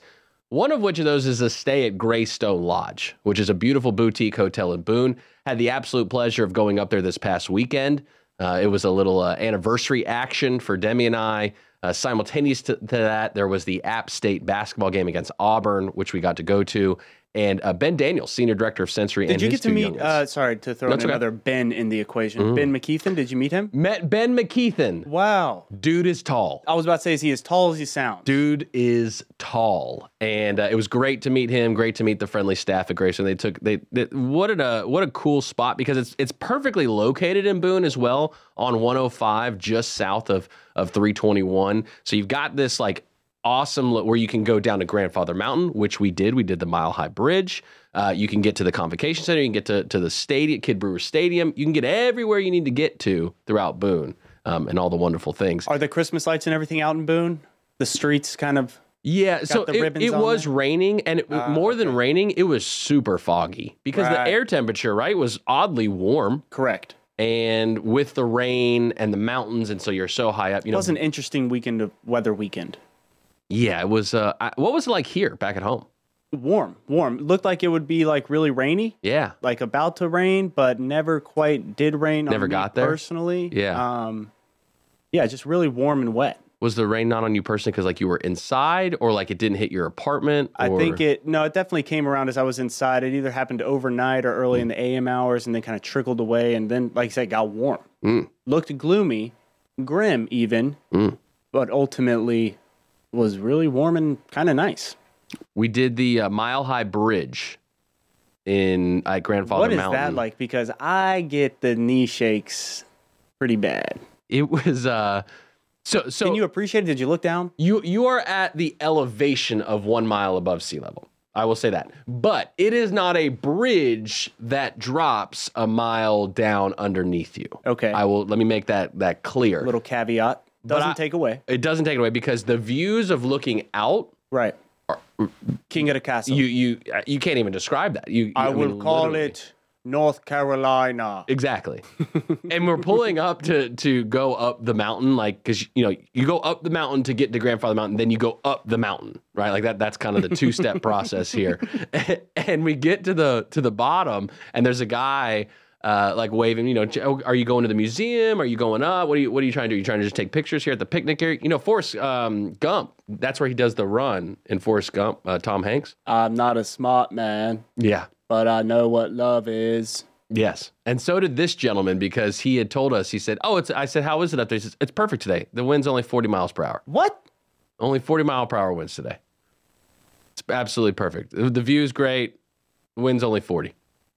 B: One of which of those is a stay at Greystone Lodge, which is a beautiful boutique hotel in Boone. Had the absolute pleasure of going up there this past weekend. Uh, it was a little uh, anniversary action for Demi and I. Uh, simultaneous to, to that, there was the App State basketball game against Auburn, which we got to go to. And uh, Ben Daniels, senior director of sensory,
C: Did
B: and
C: you
B: his
C: get to
B: two
C: meet?
B: youngins.
C: Uh, sorry to throw in
B: That's okay. Mm-hmm.
C: another Ben in the equation. Ben McKeithen. Did you meet him?
B: met Ben McKeithen.
C: Wow.
B: Dude is tall.
C: I was about to say, is he as tall as he sounds?
B: dude is tall and uh, it was great to meet him great to meet the friendly staff at grayson they took they, they what an, uh, what a cool spot because it's it's perfectly located in boone as well on 105 just south of of 321 so you've got this like awesome lo- where you can go down to grandfather mountain which we did we did the mile high bridge uh, you can get to the convocation center you can get to, to the stadium kid brewer stadium you can get everywhere you need to get to throughout boone um, and all the wonderful things
C: Are the Christmas lights and everything out in Boone? The streets kind of.
B: Yeah, so
C: the
B: it,
C: ribbons
B: it
C: on
B: was
C: there? Ah,
B: raining, and it, more than raining, it was super foggy because
C: Right.
B: the air temperature, right, was oddly warm,
C: Correct.
B: and with the rain and the mountains, and so you're so high up, you
C: It
B: know.
C: was an interesting weekend of weather weekend.
B: yeah, it was. Uh, I, what was it like here back at home?
C: warm, warm. It looked like it would be like really rainy,
B: Yeah.
C: like about to rain, but never quite did rain.
B: Never
C: on me
B: got there?
C: personally.
B: Yeah.
C: um, yeah, just really warm and wet.
B: Was the rain not on you personally because like you were inside or like it didn't hit your apartment?
C: I
B: or-
C: think it no, it definitely came around as I was inside. It either happened overnight or early in the AM hours and then kind of trickled away and then like I said, got warm.
B: Hmm.
C: Looked gloomy, grim even, but ultimately was really warm and kind of nice.
B: we did the uh, Mile High Bridge in at Grandfather
C: what is
B: Mountain.
C: that like? Because I get the knee shakes pretty bad.
B: It was uh so so
C: Can you appreciate it? Did you look down?
B: You you are at the elevation of one mile above sea level. I will say that. But it is not a bridge that drops a mile down underneath you.
C: Okay.
B: I will let me make that that clear.
C: Little caveat. Doesn't
B: I-
C: take away.
B: It doesn't take it away because the views of looking out,
C: Right. King of the castle.
B: mm, you you you can't even describe that. You
C: I, will
B: mean,
C: call
B: literally.
C: it North Carolina.
B: Exactly. and we're pulling up to to go up the mountain, like because you know you go up the mountain to get to Grandfather Mountain, then you go up the mountain, right? Like that. That's kind of the two step process here. and we get to the to the bottom, and there's a guy. Uh, like waving, you know, "Oh, are you going to the museum? Are you going up? What are you What are you trying to do? You trying to just take pictures here at the picnic area? You know, Forrest um, Gump. That's where he does the run in Forrest Gump. Uh, Tom Hanks.
C: I'm not a smart man,
B: Yeah,
C: but I know what love is.
B: Yes. And so did this gentleman because he had told us, he said, Oh, it's, I said, How is it up there? He says, It's perfect today. The wind's only 40 miles per hour.
C: What?
B: Only 40 mile per hour winds today. It's absolutely perfect. The the view's great. Wind's only 40.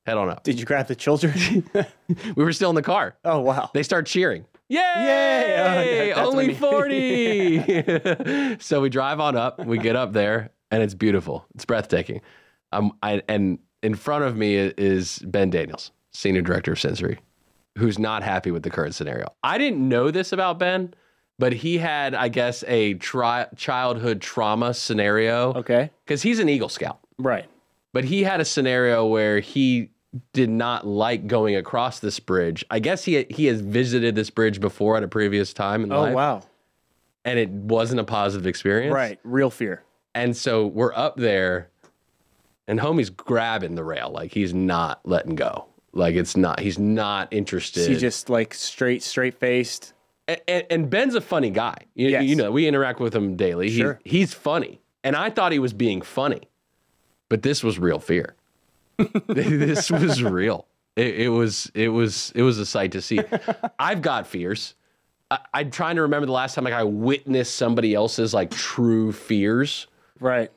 B: Head on up.
C: Did you grab the children?
B: We were still in the car.
C: oh wow.
B: They start cheering. Yay!
C: Yay! Oh, that- that's
B: only
C: when you-
B: 40. so we drive on up, we get up there, and it's beautiful. It's breathtaking. Um, I, and in front of me i- is Ben Daniels, senior director of sensory, who's not happy with the current scenario. I didn't know this about Ben, but he had, I guess, a tri- childhood trauma scenario
C: Okay.
B: because he's an Eagle Scout
C: Right.
B: but he had a scenario where he did not like going across this bridge. I guess he he has visited this bridge before at a previous time in
C: Oh
B: life,
C: wow.
B: and it wasn't a positive experience.
C: Right. Real fear.
B: And so we're up there, and homie's grabbing the rail like he's not letting go. Like it's not. He's not interested.
C: She just like straight, straight faced.
B: A- and, and Ben's a funny guy. You,
C: Yes.
B: you know, we interact with him daily. He-
C: Sure.
B: he's funny. And I thought he was being funny, but this was real fear. this was real. It, it was it was it was a sight to see. I've got fears. I, I'm trying to remember the last time like I witnessed somebody else's like true fears.
C: Right.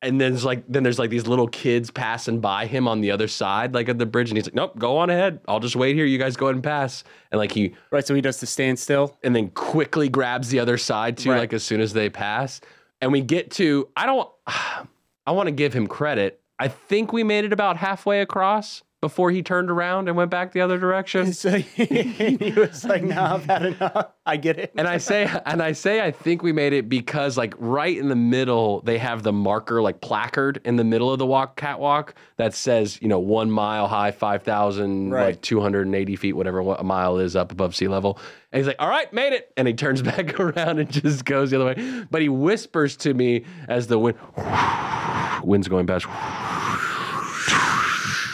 B: And then there's like then there's like these little kids passing by him on the other side, like of the bridge, and he's like, "Nope, go on ahead. I'll just wait here. You guys go ahead and pass." And like he
C: Right. So he does the standstill.
B: and then quickly grabs the other side too,
C: Right.
B: like as soon as they pass. And we get to, I don't, I want to give him credit. I think we made it about halfway across before he turned around and went back the other direction.
C: So he was like, "Nah, I've had enough. I get it."
B: And I say, and I say, I think we made it because, like, right in the middle, they have the marker, like, placard in the middle of the walk catwalk that says, you know, one mile high, five thousand, like
C: Right.
B: two hundred and eighty feet, whatever a mile is up above sea level. And he's like, "All right, made it." And he turns back around and just goes the other way. But he whispers to me as the wind, wind's going past.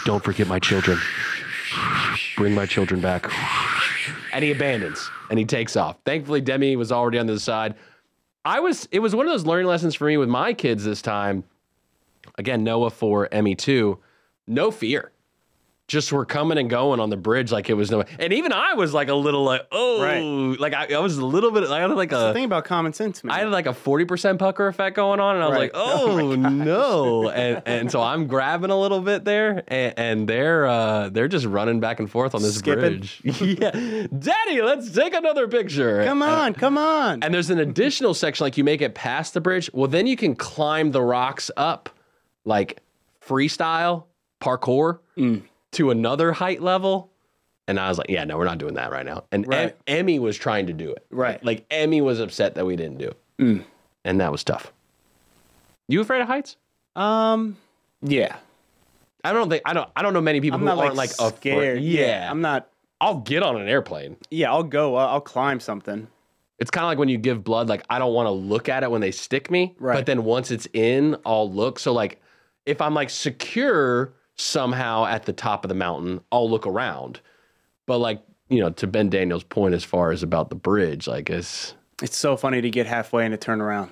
B: Don't forget my children. Bring my children back and he abandons and he takes off. Thankfully, Demi was already on the other side. I was. It was one of those learning lessons for me with my kids this time. Again, Noah for Emmy two, no fear. Just were coming and going on the bridge like it was no. And even I was like a little like oh
C: Right.
B: like I, I was a little bit. I had like
C: That's the
B: a
C: thing about common sense, man.
B: uh, I had like a forty percent pucker effect going on, and I was
C: Right.
B: like, "Oh, no!" And and so I'm grabbing a little bit there, and, and they're uh, they're just running back and forth on this
C: Skipping.
B: bridge. yeah, Daddy, let's take another picture.
C: come on, come on.
B: And there's an additional section like you make it past the bridge. Well, then you can climb the rocks up, like freestyle parkour
C: Mm.
B: to another height level. And I was like, "Yeah, no, we're not doing that right now." And Em-
C: Right.
B: Emmy was trying to do it.
C: Right. Mm.
B: Like Emmy was upset that we didn't do it and that was tough. You afraid of heights?
C: um. Yeah.
B: I don't think I don't I don't know many people
C: I'm
B: who
C: not
B: aren't
C: like,
B: like
C: scared.
B: Afraid. Yeah,
C: I'm not.
B: I'll get on an airplane.
C: Yeah. I'll go. I'll, I'll climb something.
B: It's kind of like when you give blood. Like I don't want to look at it when they stick me,
C: Right.
B: but then once it's in, I'll look. So like if I'm like secure somehow at the top of the mountain, I'll look around. But like, you know, to Ben Daniels' point as far as about the bridge, like it's
C: It's so funny to get halfway and to turn around.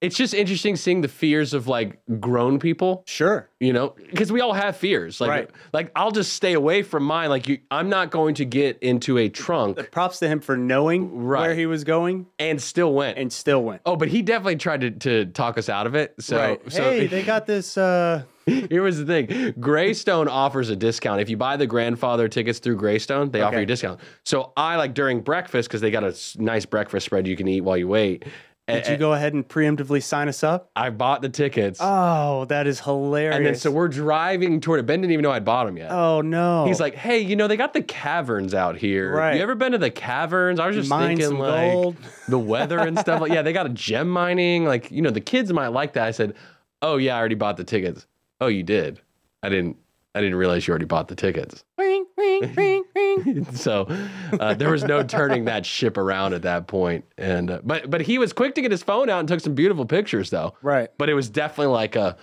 B: it's just interesting seeing the fears of like grown people,
C: Sure.
B: you know, because we all have fears. Like
C: Right.
B: like I'll just stay away from mine. Like you I'm not going to get into a trunk
C: Props to him for knowing
B: Right.
C: where he was going
B: and still went.
C: and still went.
B: oh, but he definitely tried to, to talk us out of it. So
C: right.
B: so
C: hey, they got this. Uh,
B: Here was the thing. Greystone offers a discount. If you buy the grandfather tickets through Greystone, they offer
C: Okay.
B: you a discount. So I like during breakfast, because they got a s- nice breakfast spread you can eat while you wait. a-
C: did you
B: a-
C: go ahead and preemptively sign us up?
B: I bought the tickets.
C: Oh, that is hilarious.
B: and then so we're driving toward it. Ben didn't even know I'd bought them yet.
C: oh no,
B: He's like, hey, you know, they got the caverns out here.
C: Right.
B: You ever been to the caverns? I was just
C: Mine
B: thinking
C: some
B: like
C: gold."
B: the weather and stuff. Like, yeah, they got a gem mining. Like, you know, the kids might like that. I said, Oh yeah, I already bought the tickets. Oh, you did? I didn't I didn't realize you already bought the tickets.
C: ring, ring, ring, ring.
B: So uh, there was no turning that ship around at that point. And uh, but but he was quick to get his phone out and took some beautiful pictures though.
C: Right.
B: But it was definitely like a,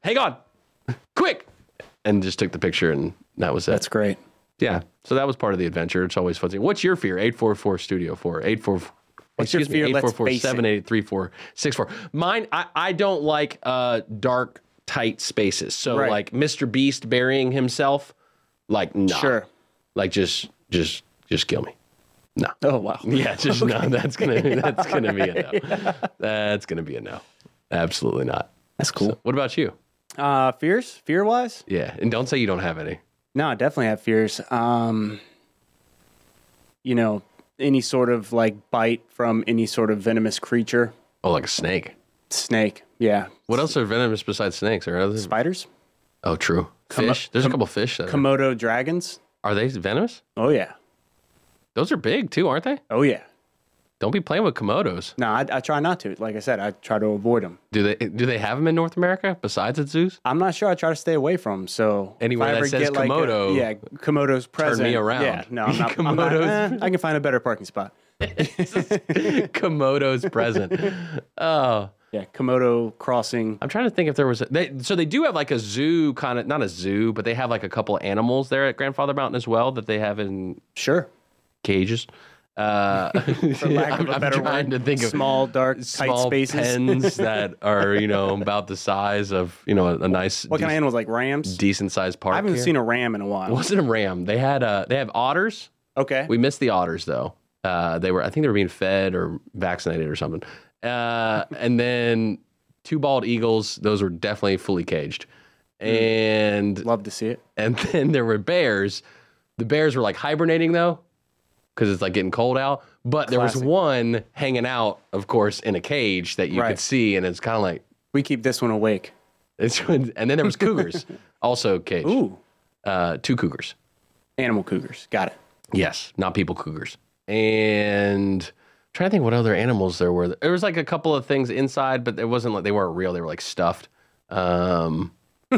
B: hang on, quick, and just took the picture and that was it.
C: That's great.
B: Yeah. So that was part of the adventure. It's always fun. to- What's your fear? 844 Studio 4. 844.
C: What's your
B: excuse me,
C: fear? Let's
B: 844
C: face it.
B: 7833464. Mine, I, I don't like uh, dark, tight spaces. So
C: Right.
B: like Mr. Beast burying himself, like no.
C: Sure.
B: Like just just just kill me.
C: Oh wow.
B: Yeah, just no. That's gonna that's gonna be a no. That's gonna be a no. Absolutely not.
C: That's cool.
B: What about you?
C: Uh, fears, fear wise.
B: Yeah. And don't say you don't have any.
C: No, I definitely have fears. Um, you know, any sort of like bite from any sort of venomous creature,
B: Oh, like a snake.
C: snake. Yeah,
B: What else are venomous besides snakes? Are others
C: spiders,
B: Oh, true. Fish. There's a couple fish. That are,
C: Komodo dragons.
B: are they venomous?
C: Oh yeah,
B: Those are big too, aren't they?
C: oh yeah.
B: Don't be playing with komodos.
C: No, I, I try not to. Like I said, I try to avoid them.
B: Do they do they have them in North America besides at zoos?
C: I'm not sure. I try to stay away from 'em, So if
B: Anywhere
C: I
B: that
C: ever
B: says
C: get, like, a-
B: Komodo,
C: yeah, Komodo's present.
B: around.
C: Yeah, no, I'm not. I'm not
B: Komodo's-
C: eh, I can find a better parking spot.
B: Komodos present. Oh,
C: Yeah, Komodo crossing.
B: I'm trying to think if there was. A, they, so they do have like a zoo kind of not a zoo, but they have like a couple animals there at Grandfather Mountain as well that they have in
C: Sure.
B: cages. Uh,
C: For lack of
B: I'm,
C: a
B: I'm
C: better
B: trying
C: word,
B: to think of
C: small, dark, tight
B: small
C: spaces.
B: pens that are you know about the size of you know a, a nice
C: What kind of animals like rams?
B: decent sized park.
C: I haven't
B: here.
C: seen a ram in a while.
B: It wasn't a ram. They had uh they have otters.
C: Okay.
B: We missed the otters though. Uh, they were I think they were being fed or vaccinated or something. Uh, and then two bald eagles. Those were definitely fully caged.
C: Hmm.
B: And
C: Love to see it.
B: and then there were bears. The bears were like hibernating though, because it's like getting cold out. But there was
C: Classic.
B: one hanging out, of course, in a cage that you
C: Right.
B: could see, and it's kind of like
C: We keep this one awake.
B: it's. And then there was cougars, also caged.
C: Ooh,
B: Uh, two cougars.
C: animal cougars. Got it.
B: Yes, not people cougars. And trying to think what other animals there were. There was like a couple of things inside, but it wasn't like they weren't real. They were like stuffed. Um,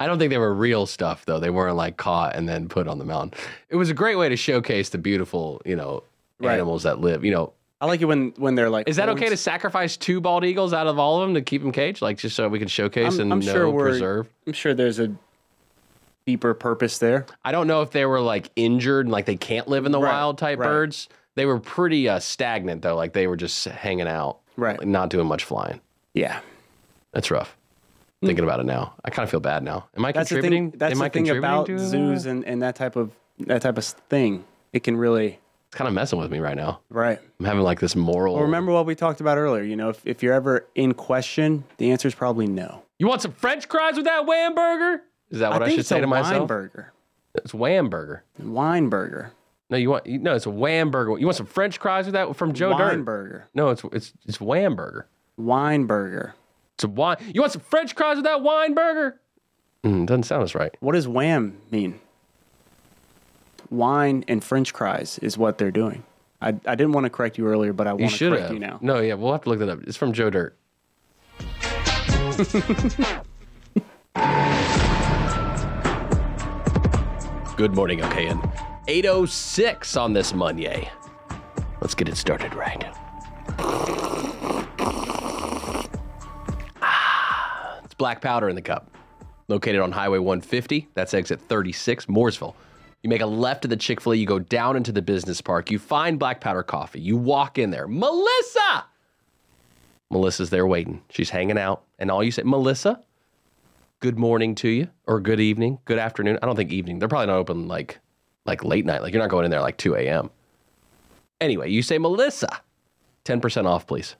B: I don't think they were real stuff though. They weren't like caught and then put on the mountain. It was a great way to showcase the beautiful, you know,
C: Right.
B: animals that live. You know,
C: I like it when when they're like.
B: is that okay to
C: horns.
B: sacrifice two bald eagles out of all of them to keep them caged, like just so we can showcase
C: I'm-
B: and
C: I'm
B: know
C: sure we're-
B: preserve?
C: I'm sure there's a deeper purpose there.
B: I don't know if they were like injured and like they can't live in the
C: Right,
B: wild type
C: right.
B: birds. They were pretty uh, stagnant though, like they were just hanging out,
C: Right.
B: like, not doing much flying.
C: Yeah.
B: That's rough. Thinking about it now, I kind of feel bad now. Am I
C: Hmm. That's the
B: contributing?
C: thing. That's
B: Am I
C: the thing
B: contributing
C: about
B: to, uh,
C: zoos and, and that type of that type of thing. It can really
B: It's kind of messing with me right now.
C: right.
B: I'm having like this moral.
C: Well, remember what we talked about earlier. You know, if, if you're ever in question, the answer is probably no.
B: you want some French fries with that wham burger? Is that what I,
C: think
B: should
C: it's
B: say
C: a
B: to myself?
C: Weinberger.
B: It's wham burger.
C: Weinberger.
B: No, you want you- no. It's a wham burger. You want some French fries with that from Joe Dirt?
C: Weinberger.
B: No, it's it's it's wham burger.
C: Weinberger.
B: It's a wine. You want some French fries with that wine burger? Mm, doesn't sound as right.
C: What does wham mean? Wine and French fries is what they're doing. I, I didn't want to correct you earlier, but I
B: You
C: want to
B: should
C: correct
B: have.
C: you now.
B: No, yeah, we'll have to look that up. It's from Joe Dirt. Good morning, OKN. 806 on this Monday. Let's get it started right. Ah, It's black powder in the cup. Located on Highway 150, that's exit 36, Mooresville. You make a left at the Chick fil A, you go down into the business park, you find black powder coffee, you walk in there. Melissa! Melissa's there waiting. She's hanging out. And all you say, Melissa, good morning to you, or good evening, good afternoon. I don't think evening. They're probably not open like like late night. Like you're not going in there like 2 a.m. Anyway, you say, Melissa, 10% off, please.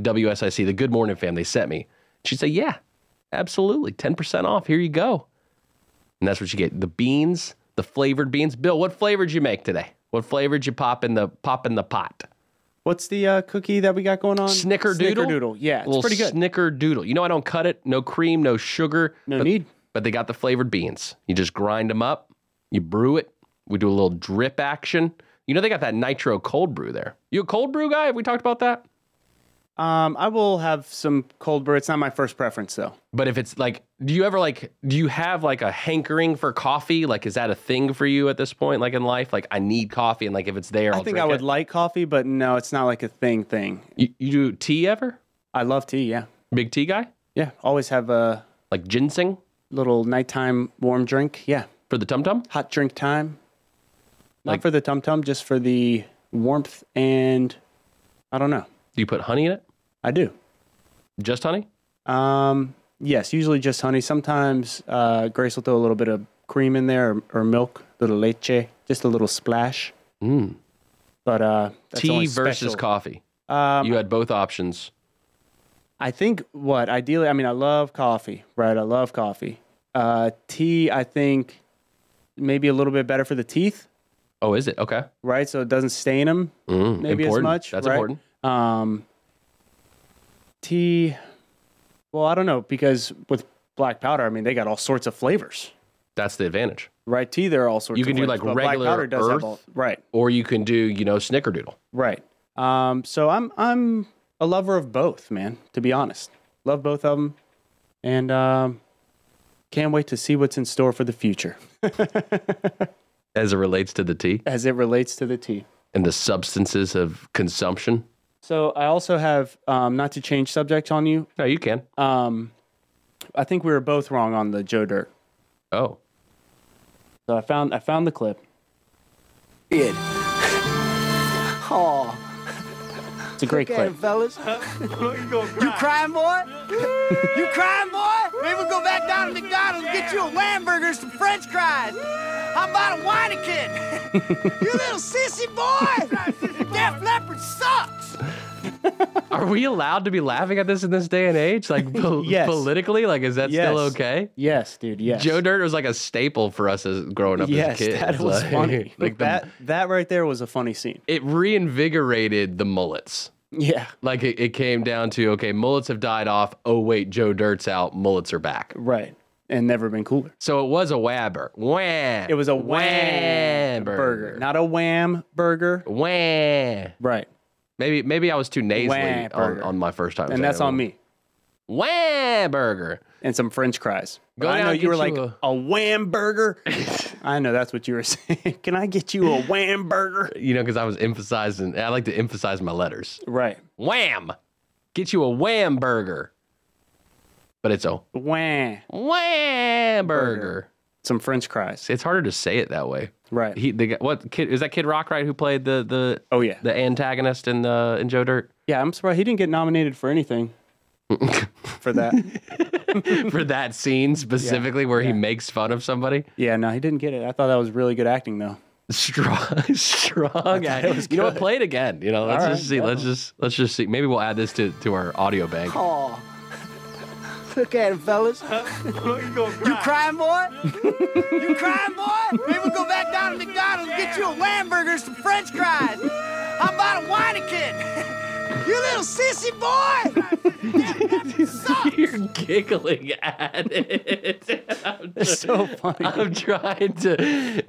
B: WSIC, the Good Morning Fam, they sent me. She'd say, Yeah, absolutely. 10% off. Here you go. And that's what you get. The beans, the flavored beans. Bill, what flavored you make today? What flavored you pop in the pop in the pot?
C: What's the uh, cookie that we got going on?
B: Snickerdoodle?
C: Snickerdoodle. Yeah, it's
B: Little
C: pretty good.
B: Snickerdoodle. You know I don't cut it. No cream, no sugar.
C: No
B: but,
C: need.
B: But they got the flavored beans. You just grind them up. You brew it. We do a little drip action. You know they got that nitro cold brew there. You a cold brew guy? Have we talked about that?
C: um, I will have some cold brew. It's not my first preference though.
B: But if it's like, do you ever like, do you have like a hankering for coffee? Like, is that a thing for you at this point, like in life? Like, I need coffee, and like if it's there, I'll
C: I think I
B: drink
C: would
B: it.
C: like coffee, but no, it's not like a thing thing.
B: you, you do tea ever?
C: I love tea. Yeah,
B: Big tea guy?
C: yeah. Always have a
B: Like ginseng
C: little nighttime warm drink. Yeah,
B: for the tum tum?
C: hot drink time. Not
B: Like-
C: for the tum tum, just for the warmth and I don't know.
B: Do you put honey in it?
C: I do.
B: Just honey?
C: Um, yes, usually just honey. Sometimes uh, Grace will throw a little bit of cream in there or, or milk, little leche, just a little splash.
B: Mm.
C: But uh, that's
B: Tea
C: only
B: versus
C: special.
B: coffee.
C: Um,
B: you had both options.
C: I think what ideally, I mean, I love coffee, right? I love coffee. Uh, tea, I think maybe a little bit better for the teeth,
B: Oh, is it okay?
C: right? So it doesn't stain them
B: Mm,
C: maybe
B: important.
C: as much.
B: That's
C: right?
B: important.
C: Um, tea. Well, I don't know because with black powder, I mean, they got all sorts of flavors.
B: That's the advantage.
C: Right, tea. There are all sorts.
B: You can
C: of
B: do,
C: flavors,
B: like,
C: but black
B: regular
C: powder does
B: earth.
C: have all, right,
B: Or you can do, you know, snickerdoodle.
C: right. Um, so I'm I'm a lover of both, man. To be honest, love both of them, and um, can't wait to see what's in store for the future
B: As it relates to the tea
C: as it relates to the tea.
B: and the substances of consumption.
C: So I also have um, not to change subject on you.
B: No, you can.
C: Um, I think we were both wrong on the Joe Dirt.
B: oh.
C: So I found I found the clip.
I: It.
C: It's a great clip.
I: fellas. you crying, boy? you crying, boy? Maybe we'll go back down to McDonald's and get you a Lamburger, some French fries. How about a Weineken? you little sissy boy! Def Leppard sucks!
B: Are we allowed to be laughing at this in this day and age? Like po-
C: Yes.
B: politically, like is that still
C: Yes.
B: okay?
C: Yes, dude. Yes.
B: Joe Dirt was like a staple for us as growing up
C: Yes,
B: as kids.
C: that was
B: Like-
C: funny.
B: Like the,
C: that that right there was a funny scene.
B: it reinvigorated the mullets.
C: Yeah.
B: Like it, it came down to okay, mullets have died off. Oh wait, Joe Dirt's out. Mullets are back.
C: Right. And never been cooler.
B: So it was a wabber. Wham.
C: It was a wham
B: Whamburger.
C: burger, not a wham burger.
B: Wham.
C: Right.
B: Maybe maybe I was too nasally on,
C: Whamburger.
B: on my first time.
C: And that's on me.
B: Wham burger.
C: And some French fries. But
B: Go
C: I
B: down
C: know
B: and
C: you were
B: get
C: like
B: you
C: a, wham burger. I know that's what you were saying. Can I get you a wham burger?
B: You know, because I was emphasizing. I like to emphasize my letters.
C: Right.
B: Wham! Get you a wham burger. But it's a
C: Wham.
B: wham burger.
C: Some French fries.
B: It's harder to say it that way.
C: Right.
B: He the guy- what kid is that kid Rock right who played the the
C: oh yeah.
B: the antagonist in the in Joe Dirt
C: yeah. I'm surprised he didn't get nominated for anything. for that.
B: for that scene specifically where he makes fun of somebody.
C: Yeah. No, he didn't get it. I thought that was really good acting though.
B: Strong, strong. act.
C: it was
B: you know what?
C: good.
B: Play it again. You know, let's
C: All
B: just
C: right,
B: see. Let's just let's just see. Maybe we'll add this to to our audio bank.
I: Aw. Look at him, fellas. you crying, boy? you crying, boy? Maybe we'll go back down to McDonald's and get you a Lamburger, some French fries. How about a Weineken? you little sissy boy!
B: You're giggling at it. I'm
C: It's so funny.
B: I'm trying to.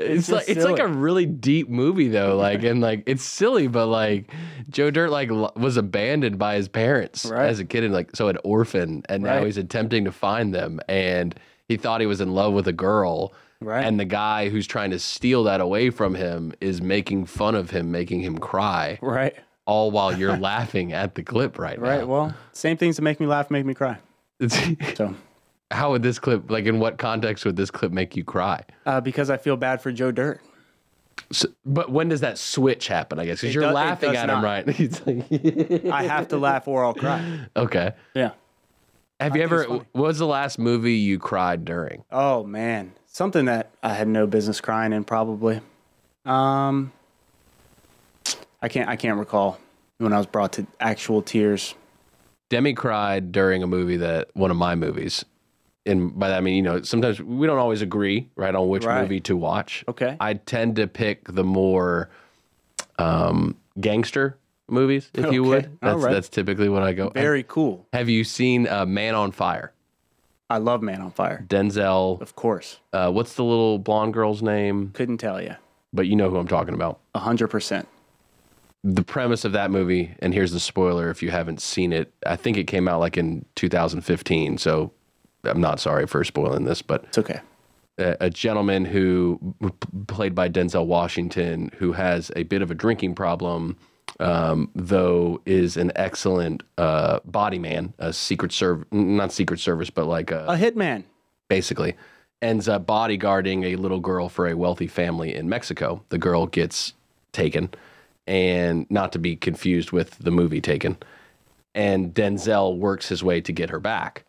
B: It's,
C: just
B: like it's like a
C: silly.
B: really deep movie though. Like and like it's silly, but like Joe Dirt like lo- was abandoned by his parents
C: Right.
B: as a kid and like so an orphan, and now
C: Right.
B: he's attempting to find them, and he thought he was in love with a girl.
C: Right.
B: And the guy who's trying to steal that away from him is making fun of him, making him cry,
C: Right.
B: all while you're laughing at the clip right,
C: Right.
B: now.
C: Well, same things that make me laugh make me cry.
B: It's-
C: So
B: How would this clip, like, in what context would this clip make you cry?
C: uh, because I feel bad for Joe Dirt.
B: So, but when does that switch happen? I guess
C: It
B: because you're
C: do- it
B: laughing
C: does
B: at
C: not.
B: him, right? He's like,
C: I have to laugh or I'll cry.
B: okay.
C: Yeah.
B: Have you ever? What was the last movie you cried during?
C: Oh man, something that I had no business crying in probably. Um, I can't. I can't recall when I was brought to actual tears.
B: Demi cried during a movie that one of my movies. And by that I mean, you know, sometimes we don't always agree, right, on which
C: Right.
B: movie to watch.
C: Okay.
B: I tend to pick the more um, gangster movies, if you
C: Okay.
B: would.
C: All
B: That's
C: right.
B: that's typically what I go.
C: Very cool.
B: Have you seen uh, Man on Fire?
C: I love Man on Fire.
B: Denzel.
C: Of course.
B: Uh, what's the little blonde girl's name?
C: Couldn't tell you.
B: But you know who I'm talking about.
C: A hundred percent.
B: the premise of that movie, and here's the spoiler if you haven't seen it. I think it came out like in 2015, so I'm not sorry for spoiling this, but
C: It's okay.
B: a, a gentleman who played by Denzel Washington, who has a bit of a drinking problem, um, though is an excellent uh, body man, a secret service, not secret service, but like a,
C: A hitman.
B: basically ends up bodyguarding a little girl for a wealthy family in Mexico. The girl gets taken and not to be confused with the movie Taken. And Denzel works his way to get her back.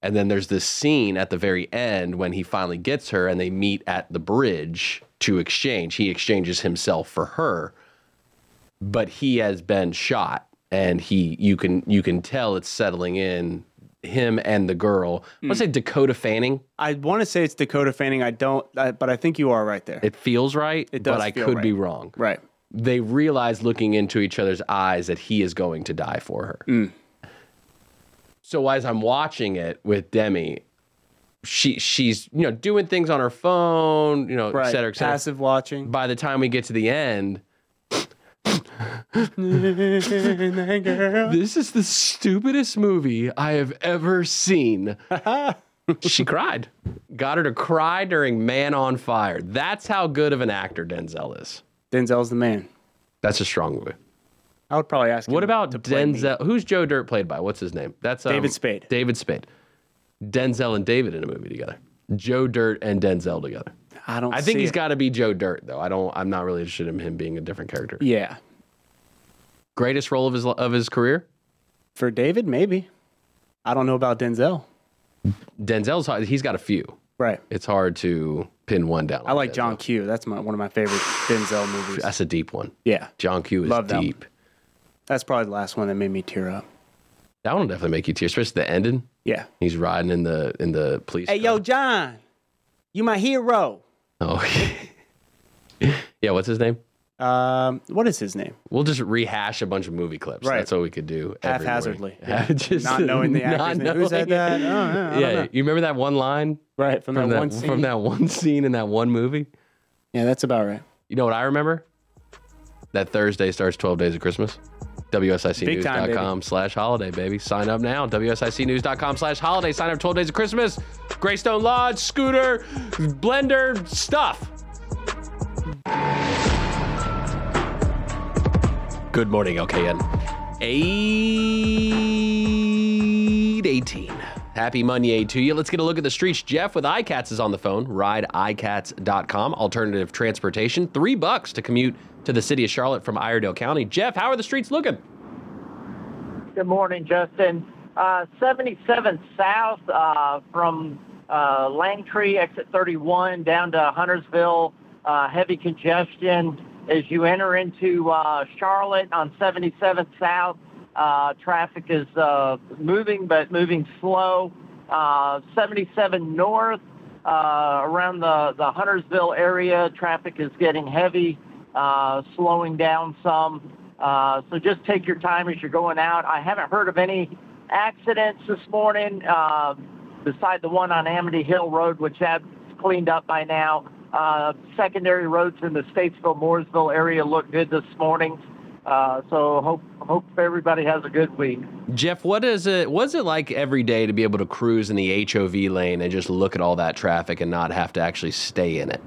B: And then there's this scene at the very end when he finally gets her and they meet at the bridge to exchange. He exchanges himself for her but he has been shot and he you can you can tell it's settling in him and the girl i would say dakota fanning
C: I want to say it's Dakota Fanning. I don't, I, but I think you are right there.
B: it feels right
C: It does
B: but i
C: feel
B: could be
C: right.
B: wrong
C: right.
B: they realize looking into each other's eyes that he is going to die for her
C: Mm.
B: so as i'm watching it with demi she she's you know doing things on her phone you know
C: Right.
B: et cetera et cetera
C: Passive watching.
B: by the time we get to the end this is the stupidest movie I have ever seen. she cried. Got her to cry during Man on Fire. That's how good of an actor Denzel is.
C: Denzel's the man.
B: That's a strong movie.
C: I would probably ask.
B: What
C: him
B: about
C: to play me.
B: Denzel? Who's Joe Dirt played by? What's his name? That's um,
C: David Spade.
B: David Spade. Denzel and David in a movie together. Joe Dirt and Denzel together.
C: I don't.
B: I think
C: see
B: he's
C: it.
B: got to be Joe Dirt though. I don't. I'm not really interested in him being a different character.
C: Yeah.
B: Greatest role of his of his career.
C: For David, maybe. I don't know about Denzel.
B: Denzel's. hard- He's got a few.
C: Right.
B: It's hard to pin one down.
C: I like
B: Denzel.
C: John Q. That's my, one of my favorite Denzel movies.
B: That's a deep one.
C: Yeah.
B: John Q is
C: Love that one.
B: deep.
C: That's probably the last one that made me tear up.
B: That one will definitely make you tear, especially the ending.
C: Yeah.
B: He's riding in the in the police.
C: Hey, yo, John, you my hero.
B: car. Oh, yeah. What's his name?
C: Um, what is his name?
B: We'll just rehash a bunch of movie clips.
C: Right.
B: That's what we could do. every morning.
C: Haphazardly.
B: Just
C: Not knowing the
B: not
C: actor's name. Who said
B: knowing.
C: that? Oh, yeah, I don't
B: Yeah,
C: know.
B: you remember that one line
C: Right. From,
B: from
C: that,
B: that
C: one scene.
B: from that one scene in that one movie?
C: Yeah, that's about right.
B: You know what I remember? That Thursday starts 12 days of Christmas.
C: Big time,
B: WSICnews.com slash holiday, baby. Sign up now. WSICnews.com slash holiday. Sign up 12 days of Christmas. Greystone Lodge, scooter, blender, stuff. Good morning, LKN. 818. Happy Monday to you. Let's get a look at the streets. Jeff with iCats is on the phone. RideICats.com. Alternative transportation. Three bucks to commute to the city of Charlotte from Iredale County. Jeff, how are the streets looking?
D: Good morning, Justin. Uh, 77 south uh, from uh, Langtree, exit 31, down to Huntersville. Uh, heavy congestion as you enter into uh, Charlotte on 77 south. Uh, traffic is uh, moving, but moving slow. Uh, 77 north uh, around the, the Huntersville area, traffic is getting heavy, uh, slowing down some. Uh, so just take your time as you're going out. I haven't heard of any accidents this morning, uh, beside the one on Amity Hill Road, which I've cleaned up by now. Uh, secondary roads in the Statesville Mooresville area look good this morning. Uh, so hope hope everybody has a good week.
B: Jeff, what is it? What's it like every day to be able to cruise in the HOV lane and just look at all that traffic and not have to actually stay in it?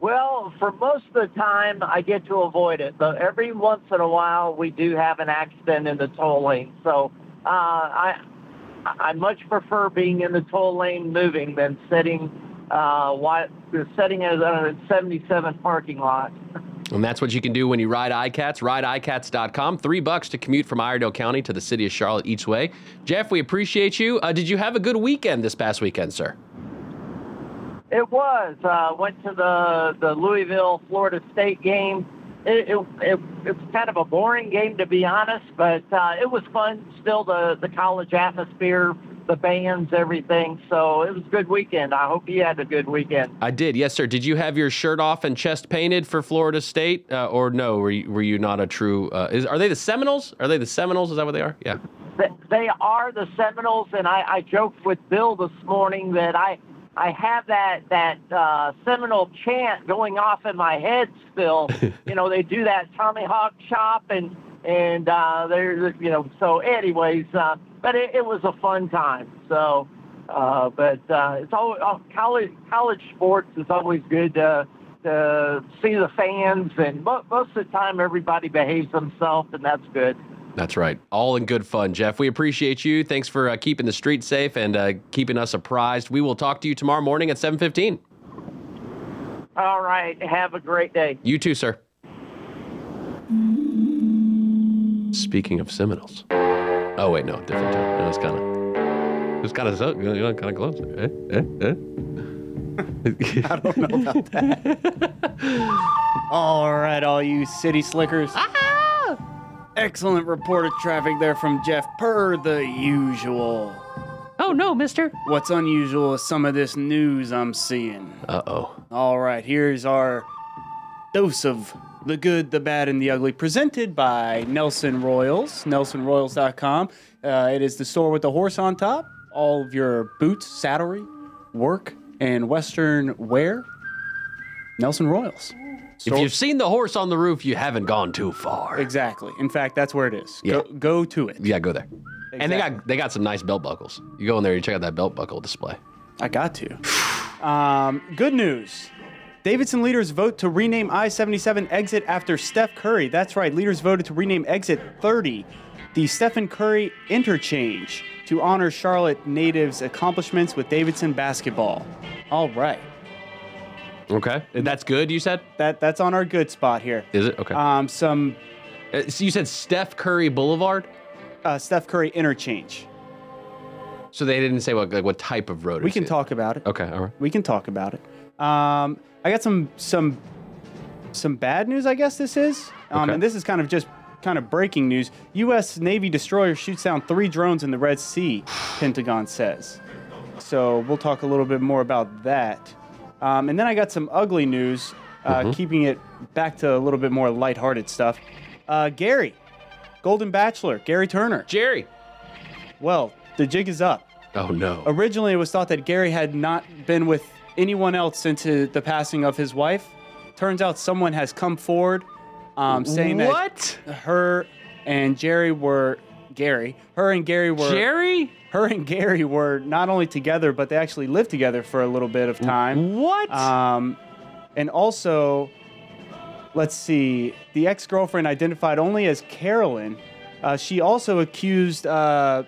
D: Well, for most of the time, I get to avoid it, but every once in a while, we do have an accident in the toll lane. So uh, I, I much prefer being in the toll lane moving than sitting, uh, why, sitting at a 77 parking lot.
B: And that's what you can do when you ride iCats. Ride iCats.com. Three bucks to commute from Iredell County to the city of Charlotte each way. Jeff, we appreciate you. Uh, did you have a good weekend this past weekend, sir?
D: It was. Uh, went to the the Louisville Florida State game. It, it, it, it's kind of a boring game to be honest, but uh, it was fun. Still the the college atmosphere, the bands, everything. So it was a good weekend. I hope you had a good weekend.
B: I did. Yes, sir. Did you have your shirt off and chest painted for Florida State, uh, or no? Were you, were you not a true? Uh, is, are they the Seminoles? Are they the Seminoles? Is that what they are? Yeah.
D: Th- They are the Seminoles, and I, I joked with Bill this morning that I I have that that uh, Seminole chant going off in my head still. you know, they do that Tommy Hawk chop and and uh, they're you know. So, anyways, uh, but it, it was a fun time. So, uh, but uh, it's all uh, college college sports is always good to, to see the fans, and mo- most of the time everybody behaves themselves, and that's good.
B: That's right. All in good fun, Jeff. We appreciate you. Thanks for uh, keeping the street safe and uh, keeping us apprised. We will talk to you tomorrow morning at seven fifteen.
D: All right. Have a great day.
B: You too, sir. Speaking of Seminoles. Oh wait, no, different time. It was kind of. It was kind of so, kind of close. Eh, eh, eh.
C: All right, all you city slickers. Excellent report of traffic there from Jeff, per the usual.
B: Oh no, Mister.
C: What's unusual is some of this news I'm seeing.
B: Uh oh.
C: All right, here's our dose of the good, the bad, and the ugly, presented by Nelson Royals, nelsonroyals.com. Uh, it is the store with the horse on top, all of your boots, saddlery, work, and Western wear. Nelson Royals.
B: If you've seen the horse on the roof, you haven't gone too far.
C: Exactly. In fact, that's where it is. Go,
B: Yeah.
C: go to it.
B: Yeah, go there. And they
C: Exactly.
B: got they got some nice belt buckles. You go in there, you check out that belt buckle display.
C: I got to. Um, good news. Davidson leaders vote to rename I 77 exit after Steph Curry. That's right, leaders voted to rename exit 30, the Stephen Curry interchange, to honor Charlotte natives' accomplishments with Davidson basketball. All right.
B: Okay, that's good. You said
C: That, that's on our good spot here.
B: is it okay?
C: Um, some
B: Uh, so you said Steph Curry Boulevard.
C: uh, Steph Curry interchange.
B: So they didn't say what like, what type of road.
C: We
B: it's
C: can
B: in.
C: talk about it.
B: Okay, all right.
C: we can talk about it. Um, I got some some some bad news, I guess this is, um,
B: Okay.
C: and this is kind of just kind of breaking news. U.S. Navy destroyer shoots down three drones in the Red Sea, Pentagon says. So we'll talk a little bit more about that, um, and then I got some ugly news, uh, keeping it back to a little bit more lighthearted stuff. Uh, Gary, Golden Bachelor, Gary Turner.
B: Jerry.
C: Well, the jig is up.
B: Oh no.
C: Originally, it was thought that Gary had not been with anyone else since his- the passing of his wife. Turns out someone has come forward um, saying
B: what?
C: that her and Jerry were Gary. Her and Gary were
B: Jerry?
C: her and Gary were not only together, but they actually lived together for a little bit of time.
B: What?
C: Um, and also, let's see, the ex girlfriend identified only as Carolyn. Uh, she also accused uh,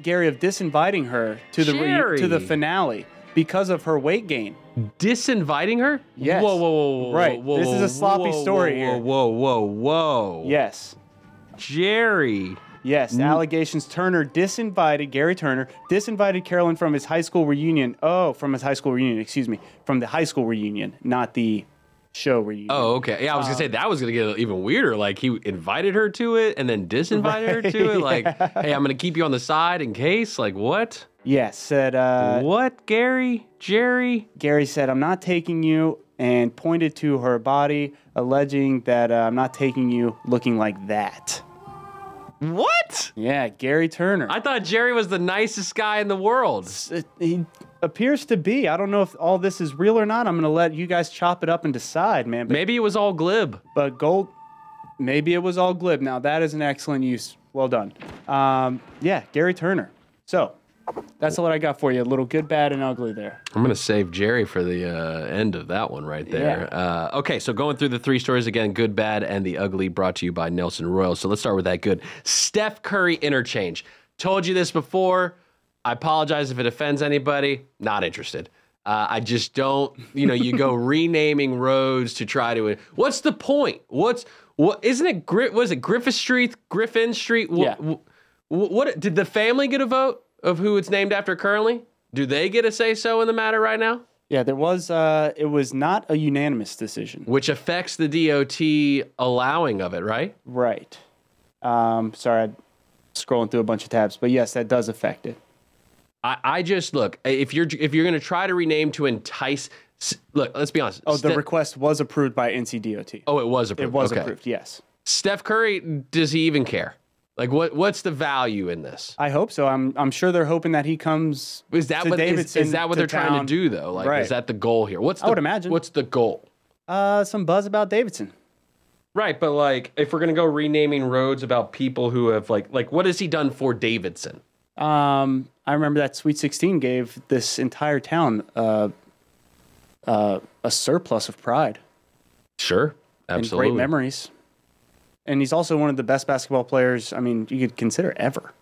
C: Gary of disinviting her to the re-
B: Jerry.
C: to the finale because of her weight gain.
B: Disinviting her?
C: Yes.
B: Whoa, whoa, whoa, whoa.
C: Right.
B: Whoa,
C: This is a
B: whoa,
C: sloppy
B: whoa,
C: story
B: whoa,
C: here.
B: Whoa, whoa, whoa.
C: Yes.
B: Jerry.
C: Yes,
B: Hmm?
C: allegations. Turner disinvited Gary Turner disinvited Carolyn from his high school reunion. Oh, from his high school reunion. Excuse me, from the high school reunion, not the show reunion.
B: Oh, okay. Yeah, I was gonna say that was gonna get even weirder. Like he invited her to it and then disinvited her to it. Like, hey, I'm gonna keep you on the side in case. Like, what?
C: Yes, said uh,
B: what, Gary? Jerry?
C: Gary said, I'm not taking you, and pointed to her body, alleging that uh, I'm not taking you looking like that.
B: What?
C: Yeah, Gary Turner.
B: I thought Jerry was the nicest guy in the world.
C: It- he appears to be. I don't know if all this is real or not. I'm going to let you guys chop it up and decide, man. But,
B: Maybe it was all glib.
C: but Gold, maybe it was all glib. Now, that is an excellent use. Well done. Um, yeah, Gary Turner. So, that's all that I got for you. A little good, bad, and ugly there.
B: I'm gonna save Jerry for the uh, end of that one right there. Uh, okay, so going through the three stories again: good, bad, and the ugly. Brought to you by Nelson Royal. So let's start with that good. Steph Curry interchange. Told you this before. I apologize if it offends anybody. Not interested. Uh, I just don't. You know, you go renaming roads to try to. What's the point? What's what? Isn't it? Gri- Was it Griffith Street? Griffin Street? Wh-
C: Yeah.
B: wh- wh- what did the family get a vote of who it's named after currently? Do they get a say so in the matter right now?
C: Yeah, there was. Uh, it was not a unanimous decision.
B: Which affects the DOT allowing of it, right?
C: Right. Um, sorry, I'm scrolling through a bunch of tabs, but yes, that does affect it.
B: I, I just look if you're if you're going to try to rename to entice. s- Look, let's be honest.
C: Oh, the
B: Ste-
C: request was approved by NCDOT.
B: oh, it was approved.
C: it was
B: okay.
C: approved. Yes,
B: Steph Curry, does he even care? Like, what what's the value in this?
C: I hope so. I'm. I'm sure they're hoping that he comes.
B: Is that
C: to
B: what is,
C: Davidson
B: is that what
C: to
B: they're trying to
C: town.
B: do though? Like,
C: Right.
B: is that the goal here? What's
C: I
B: the,
C: would imagine.
B: What's the goal?
C: Uh, some buzz about Davidson.
B: Right, but like, if we're gonna go renaming roads about people who have like like what has he done for Davidson?
C: Um, I remember that Sweet 16 gave this entire town uh, uh, a surplus of pride
B: Sure, absolutely.
C: and great memories. And he's also one of the best basketball players. I mean, you could consider ever.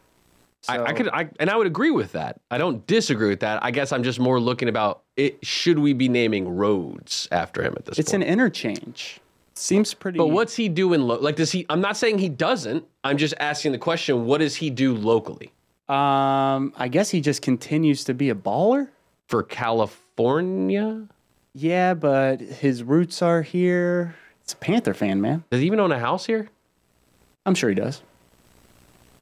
B: I, I
C: So-
B: could, I, and I would agree with that. I don't disagree with that. I guess I'm just more looking about it. Should we be naming roads after him at this
C: It's
B: point?
C: an interchange. Seems pretty.
B: but what's he doing? Lo- like, does he? I'm not saying he doesn't. I'm just asking the question: What does he do locally
C: Um, I guess he just continues to be a baller.
B: for California?
C: Yeah, but his roots are here. It's a Panther fan, man.
B: Does he even own a house here?
C: I'm sure he does.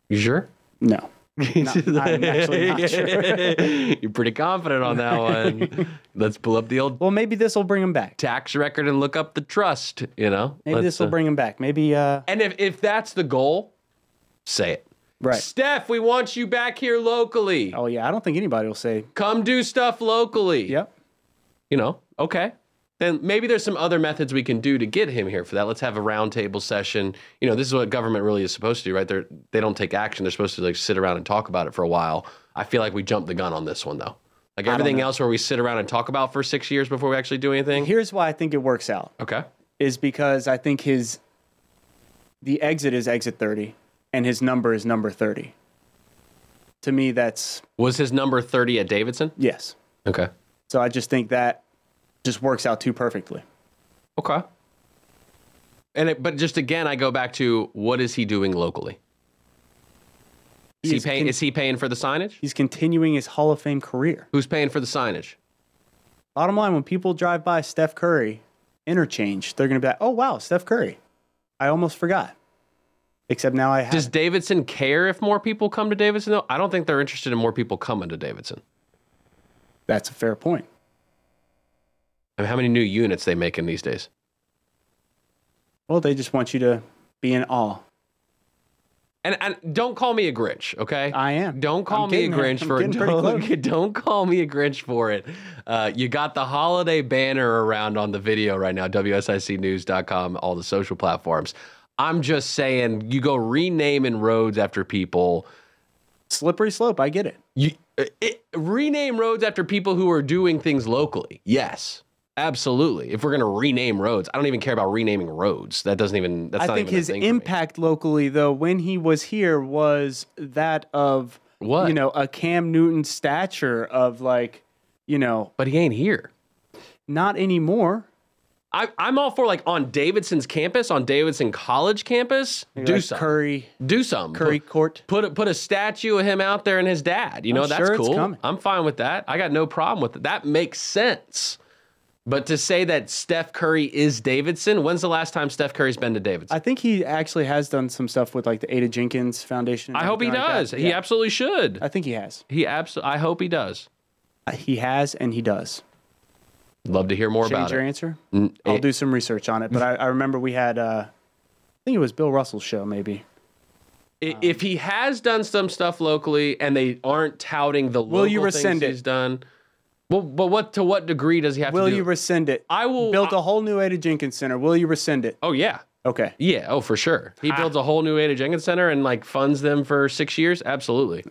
B: You sure?
C: No, Not- I'm actually not sure.
B: You're pretty confident on that one. Let's pull up the old
C: Well, maybe this will bring him back.
B: tax record and look up the trust. You know,
C: Maybe
B: Let's,
C: this will
B: uh,
C: bring him back. Maybe. Uh,
B: And if if that's the goal, say it.
C: right.
B: Steph, we want you back here locally.
C: Oh yeah, I don't think anybody will say.
B: Come do stuff locally.
C: Yep.
B: You know, okay. Then maybe there's some other methods we can do to get him here for that. Let's have a roundtable session. You know, this is what government really is supposed to do, right? They're, they don't take action. They're supposed to like sit around and talk about it for a while. I feel like we jumped the gun on this one though. Like everything else where we sit around and talk about for six years before we actually do anything.
C: Here's why I think it works out
B: Okay.
C: is because I think his the exit is exit 30 and his number is number 30. To me that's
B: Was his number 30 at Davidson?
C: yes.
B: Okay.
C: So I just think that just works out too perfectly.
B: Okay. And it, but just again, I go back to what is he doing locally? Is he
C: He's
B: paying?
C: con-
B: is he paying for the signage?
C: He's continuing his Hall of Fame career.
B: Who's paying for the signage?
C: Bottom line when people drive by Steph Curry interchange, they're going to be like, "Oh wow, Steph Curry. I almost forgot." Except now I have
B: Does Davidson care if more people come to Davidson? Though I don't think they're interested in more people coming to Davidson.
C: That's a fair point.
B: I mean, how many new units they making these days?
C: Well, they just want you to be in awe.
B: And, and don't call me a Grinch, okay?
C: I am.
B: Don't call
C: I'm
B: me a
C: getting there.
B: Grinch
C: I'm
B: for it.
C: getting pretty close.
B: Don't, don't call me a Grinch for it. Uh, you got the holiday banner around on the video right now, WSICnews.com, all the social platforms. I'm just saying, you go renaming roads after people.
C: Slippery slope, I get it.
B: You it, it- rename roads after people who are doing things locally. Yes, absolutely. If we're gonna rename roads, I don't even care about renaming roads. That doesn't even. That's
C: I
B: not
C: think
B: even a
C: his
B: thing for me.
C: impact locally, though, when he was here, was that of
B: What?
C: you know a Cam Newton stature of like you know
B: But he ain't here.
C: not anymore.
B: I, I'm all for like on Davidson's campus, on Davidson College campus, do
C: like
B: something.
C: Curry
B: do something.
C: Curry
B: Put-
C: Court.
B: Put a, put a statue of him out there and his dad. You know
C: I'm
B: that's
C: sure it's
B: cool.
C: coming.
B: I'm fine with that. I got no problem with it. That makes sense. But to say that Steph Curry is Davidson, when's the last time Steph Curry's been to Davidson?
C: I think he actually has done some stuff with like the Ada Jenkins Foundation. and
B: I, hope he
C: everything like that.
B: does. He
C: Yeah.
B: absolutely should.
C: I think he has.
B: He abso- I hope he does.
C: Uh, He has, and he does.
B: Love to hear more
C: Change
B: about
C: your
B: it.
C: answer. I'll do some research on it, but I, I remember we had. Uh, I think it was Bill Russell's show, maybe.
B: I-
C: Um,
B: if he has done some stuff locally and they aren't touting the local
C: Will you rescind
B: things
C: it?
B: he's done, well, but what to what degree does he have
C: Will
B: to do?
C: you rescind it?
B: I will-
C: built
B: I-
C: a whole new Ada Jenkins Center. Will you rescind it?
B: oh yeah,
C: Okay.
B: yeah, oh for sure.
C: Ah.
B: He builds a whole new Ada Jenkins Center and like funds them for six years. Absolutely,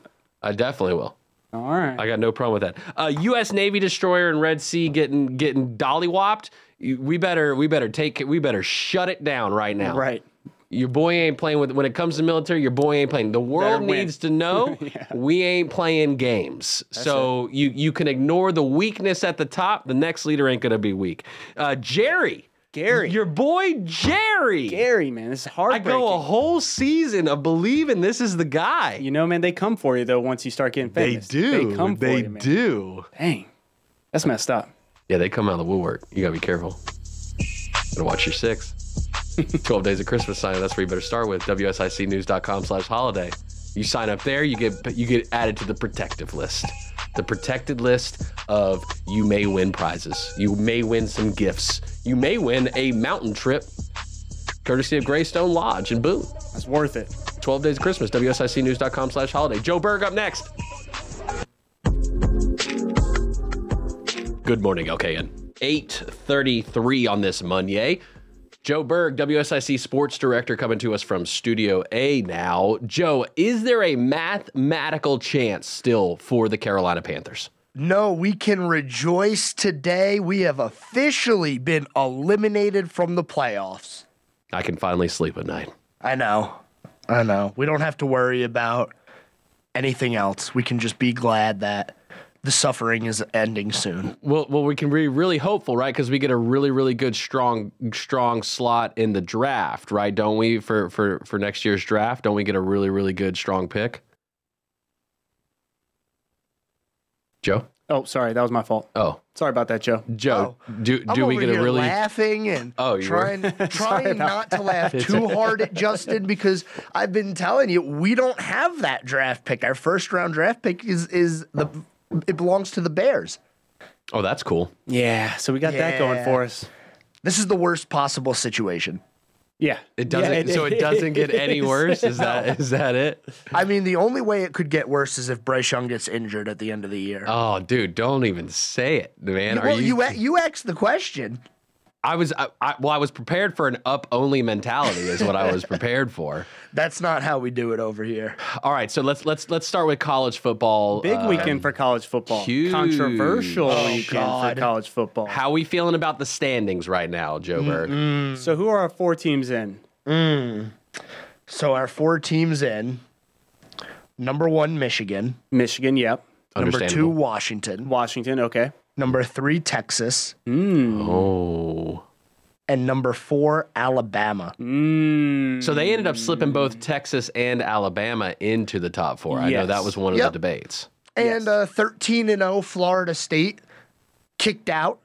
B: I definitely will.
C: All right.
B: I got no problem with that. Uh, U.S. Navy destroyer in Red Sea getting getting dollywopped. You- We better we better take it- we better shut it down right now.
C: Right.
B: Your boy ain't playing with. When it comes to military, your boy ain't playing. The world
C: Better win.
B: needs to know we ain't playing games. so you you can ignore the weakness at the top. The next leader ain't gonna be weak. Uh, Jerry,
C: Gary.
B: your boy Jerry.
C: Gary, man. This is
B: I
C: heartbreaking.
B: go a whole season of believing this is the guy.
C: you know, man, they come for you though once you start getting
B: they
C: famous.
B: do.
C: They come for
B: They
C: you, man.
B: do.
C: Dang. That's messed up.
B: Yeah, they come out of the woodwork. You gotta be careful. Gotta watch your six. 12 days of Christmas sign up. That's where you better start with. WSICnews.com slash holiday. You sign up there, you get you get added to the protective list. The protected list of you may win prizes. You may win some gifts. You may win a mountain trip courtesy of Greystone Lodge in Boone.
C: That's worth it.
B: 12 days of Christmas, WSICnews.com slash holiday. Joe Berg up next. Good morning, LKN. 8.33 on this Monday. Joe Berg, WSIC sports director, coming to us from Studio A now. Joe, is there a mathematical chance still for the Carolina Panthers?
J: No, we can rejoice today. We have officially been eliminated from the playoffs.
B: I can finally sleep at night.
J: I know. I know. We don't have to worry about anything else. We can just be glad that the suffering is ending soon.
B: Well, well, we can be really hopeful, right? Because we get a really, really good, strong, strong slot in the draft, right? Don't we for for for next year's draft? Don't we get a really, really good, strong pick? Joe,
C: Oh, sorry, that was my fault.
B: oh,
C: Sorry about that, Joe.
B: Joe, do
J: Oh, I'm
B: do we
J: over
B: get a
J: here
B: really?
J: laughing and
B: Oh, you were-
J: trying trying not to laugh too hard at Justin because I've been telling you we don't have that draft pick. Our first round draft pick is is the it belongs to the Bears.
B: Oh, that's cool.
C: Yeah, so we got that going
J: Yeah.
C: for us.
J: This is the worst possible situation.
C: Yeah.
B: It doesn't.
C: Yeah,
B: so it doesn't get any
C: is.
B: worse. Is that is that it?
J: I mean, the only way it could get worse is if Bryce Young gets injured at the end of the year.
B: Oh, dude, don't even say it, man. Are
J: well,
B: you?
J: you a- you asked the question.
B: I was. I, I, well, I was prepared for an up only mentality. Is what I was prepared for.
J: That's not how we do it over here.
B: All right, so let's let's let's start with college football.
C: Big
B: Uh,
C: weekend for college football.
B: huge.
C: Controversial
J: Oh,
C: weekend
J: God.
C: for college football.
B: How we feeling about the standings right now, Joe Berg?
C: so who are our four teams in?
J: So our four teams in. Number one, Michigan.
C: Michigan, yep.
J: Number two,
B: Understandable.
J: Washington.
C: Washington, okay.
J: Number three, Texas.
B: Oh.
J: And number four, Alabama.
B: So they ended up slipping both Texas and Alabama into the top four. I know
C: Yes.
B: that was one of
J: Yep.
B: the debates.
J: And uh, 13 and 0, Florida State kicked out.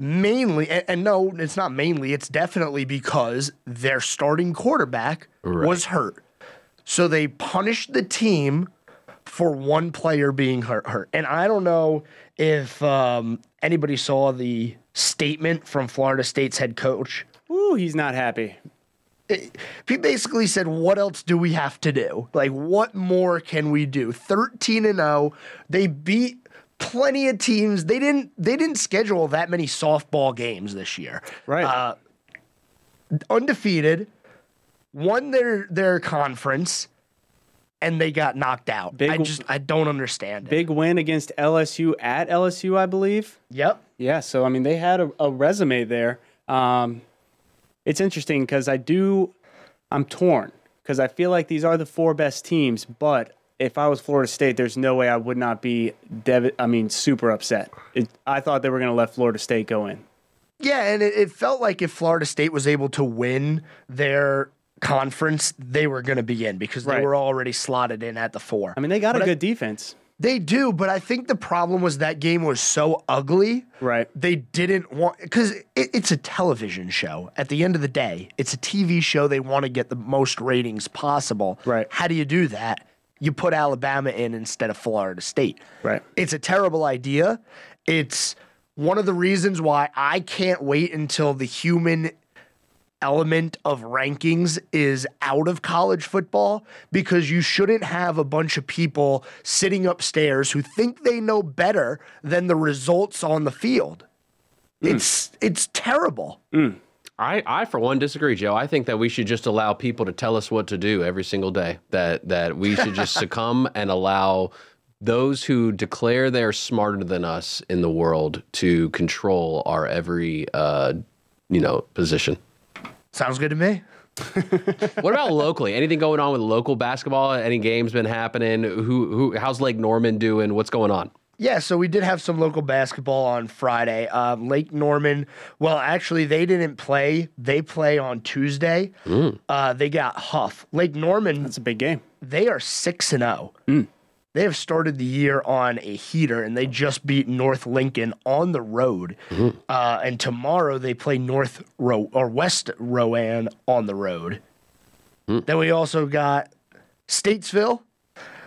J: Mainly, and, and no, it's not mainly, it's definitely because their starting quarterback was hurt. So they punished the team for one player being hurt. hurt. And I don't know if um, anybody saw the statement from Florida State's head coach.
C: Ooh, he's not happy.
J: He basically said, "What else do we have to do? Like, what more can we do? Thirteen and zero, they beat plenty of teams. They didn't. They didn't schedule that many softball games this year.
C: Right.
J: Uh, undefeated, won their their conference, and they got knocked out.
C: Big
J: I
C: w-
J: just I don't understand. it.
C: Big win against LSU at LSU, I believe.
J: Yep.
C: Yeah, so I mean, they had a, a resume there. Um, it's interesting because I do, I'm torn because I feel like these are the four best teams. But if I was Florida State, there's no way I would not be, dev- I mean, super upset. It, I thought they were going to let Florida State go in.
J: Yeah, and it, it felt like if Florida State was able to win their conference, they were going to be in because they
C: Right.
J: were already slotted in at the four.
C: I mean, they got
J: But
C: a
J: I-
C: good defense,
J: They do, but I think the problem was that game was so ugly.
C: right?
J: They didn't want because it, it's a television show. At the end of the day, it's a TV show. They want to get the most ratings possible.
C: Right.
J: How do you do that? You put Alabama in instead of Florida State.
C: Right.
J: It's a terrible idea. It's one of the reasons why I can't wait until the human element of rankings is out of college football because you shouldn't have a bunch of people sitting upstairs who think they know better than the results on the field. It's it's terrible.
B: I, I for one disagree, Joe. I think that we should just allow people to tell us what to do every single day. That that we should just succumb and allow those who declare they're smarter than us in the world to control our every uh, you know position.
J: Sounds good to me.
B: what about locally? Anything going on with local basketball? Any games been happening? Who who? How's Lake Norman doing? What's going on?
J: Yeah, so we did have some local basketball on Friday. Um, Lake Norman, well, actually, they didn't play. They play on Tuesday. Uh, they got Huff. Lake Norman. That's
C: a big game.
J: They are 6 and 0. They have started the year on a heater, and they just beat North Lincoln on the road. Uh, and tomorrow they play North Ro- or West Rowan on the road. Then we also got Statesville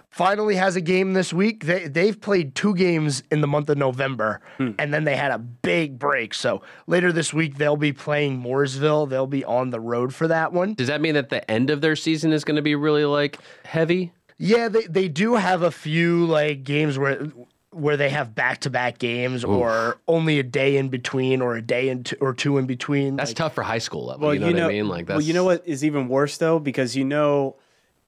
J: finally has a game this week. They they've played two games in the month of November, and then they had a big break. So later this week they'll be playing Mooresville. They'll be on the road for that one.
B: Does that mean that the end of their season is going to be really like heavy?
J: Yeah, they they do have a few like games where where they have back to back games or only a day in between or a day in t- or two in between.
B: That's
J: Like,
B: tough for high school level. you know what I mean? Like that's
C: well, you know what is even worse though, because you know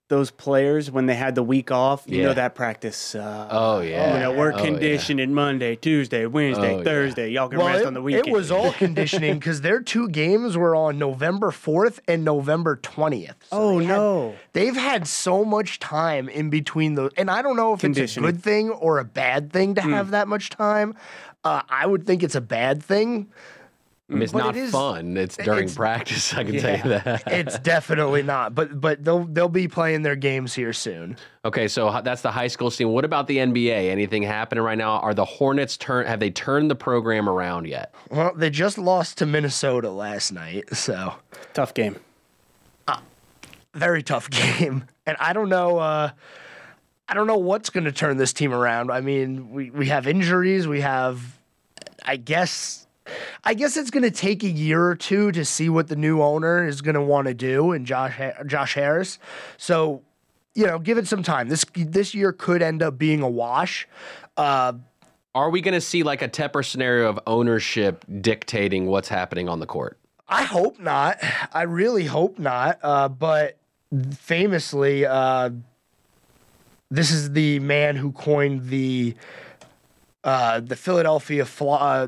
C: those players when they had the week off, you
B: Yeah.
C: know that practice. Uh,
B: Oh yeah.
C: you know we're
B: Oh, yeah.
C: conditioning Monday, Tuesday, Wednesday,
B: Oh, yeah.
C: Thursday. Y'all can rest
J: it,
C: on the weekend.
J: it was all conditioning because their two games were on November 4th and November 20th. So
C: oh
J: they had-
C: no!
J: They've had so much time in between those, and I don't know if it's a
C: Conditioning. Hmm.
J: good thing or a bad thing to have that much time. Uh, I would think it's a bad thing.
B: I mean, it's
J: But
B: not
J: it is-
B: fun. It's during
J: it's-
B: practice. I can tell you that.
J: It's definitely not, but but they'll they'll be playing their games here soon.
B: Okay, so h- that's the high school scene. What about the NBA? Anything happening right now? Are the Hornets turn? Have they turned the program around yet?
J: Well, they just lost to Minnesota last night, so
C: Tough game.
J: very tough game. And I don't know. Uh, I don't know what's going to turn this team around. I mean, we we have injuries. We have, I guess, I guess it's going to take a year or two to see what the new owner is going to want to do and Josh Ha- Josh Harris. So, you know, give it some time. This this year could end up being a wash. Uh,
B: Are we going to see like a Tepper scenario of ownership dictating what's happening on the court?
J: I hope not. I really hope not. Uh, but famously, uh, this is the man who coined the uh, the Philadelphia Fly, uh,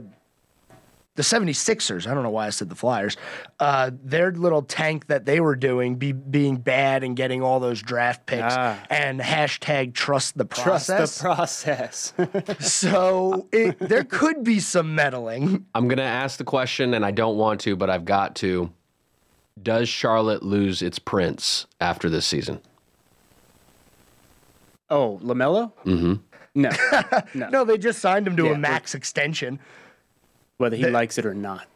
J: the 76ers. I don't know why I said the Flyers. Uh, their little tank that they were doing, be, being bad and getting all those draft picks,
C: Ah.
J: and hashtag trust the process.
C: Trust the process.
J: so it, there could be some meddling.
B: I'm going to ask the question, and I don't want to, but I've got to. Does Charlotte lose its prince after this season?
C: oh, Lamelo. Mm-hmm. No,
J: No, they just signed him to
C: Yeah,
J: a max extension.
C: whether he likes it or not.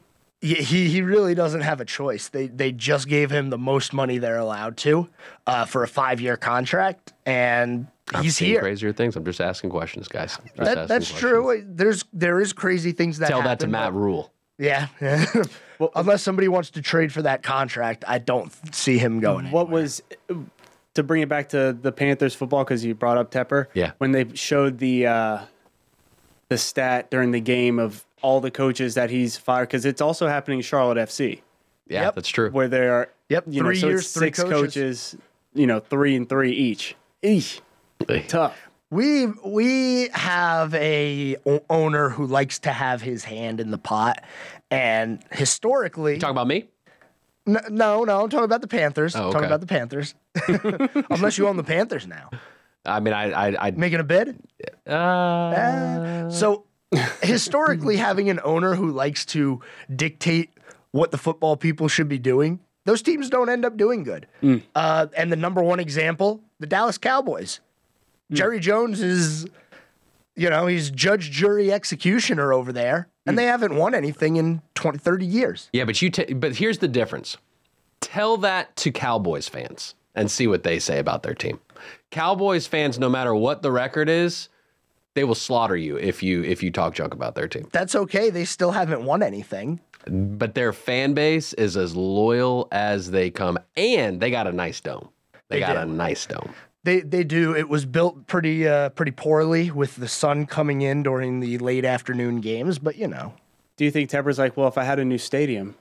J: Yeah, he he really doesn't have a choice. They they just gave him the most money they're allowed to uh, for a five year contract, and he's
B: Seen
J: here.
B: Crazier things. I'm just asking questions, guys. Just asking
J: That, that's
B: questions.
J: true. There's there is crazy things that
B: Tell that to
J: happen,
B: Matt Rule.
J: but- Yeah. Unless somebody wants to trade for that contract, I don't see him going.
C: What was to bring it back to the Panthers football because you brought up Tepper?
B: Yeah.
C: When they showed the uh, the stat during the game of all the coaches that he's fired because it's also happening in Charlotte FC
B: Yeah,
J: Yep.
B: that's true.
C: where there are
J: Yep,
C: you know,
J: three
C: so it's
J: years, three
C: six
J: coaches.
C: coaches. you know three and three each. Eesh, tough.
J: We we have a o- owner who likes to have his hand in the pot, and historically,
B: Talking about me?
J: N- no, no, I'm talking about the Panthers.
B: Oh, okay.
J: Talking about the Panthers. Unless you own the Panthers now,
B: I mean, I, I, I
J: making a bid.
B: uh,
J: Uh, so historically having an owner who likes to dictate what the football people should be doing those teams don't end up doing good uh, and the number one example the dallas cowboys jerry jones is you know he's judge jury executioner over there and they haven't won anything in 20 30 years
B: yeah, but you. T- but here's the difference. Tell that to Cowboys fans and see what they say about their team. Cowboys fans, no matter what the record is, they will slaughter you if you if you talk junk about their team.
J: that's okay they still haven't won anything
B: But their fan base is as loyal as they come, and they got a nice dome. They,
J: They
B: got a
J: do.
B: nice dome.
J: They they do. It was built pretty uh, pretty poorly with the sun coming in during the late afternoon games, but you know.
C: Do you think Tepper's like, well, if I had a new stadium,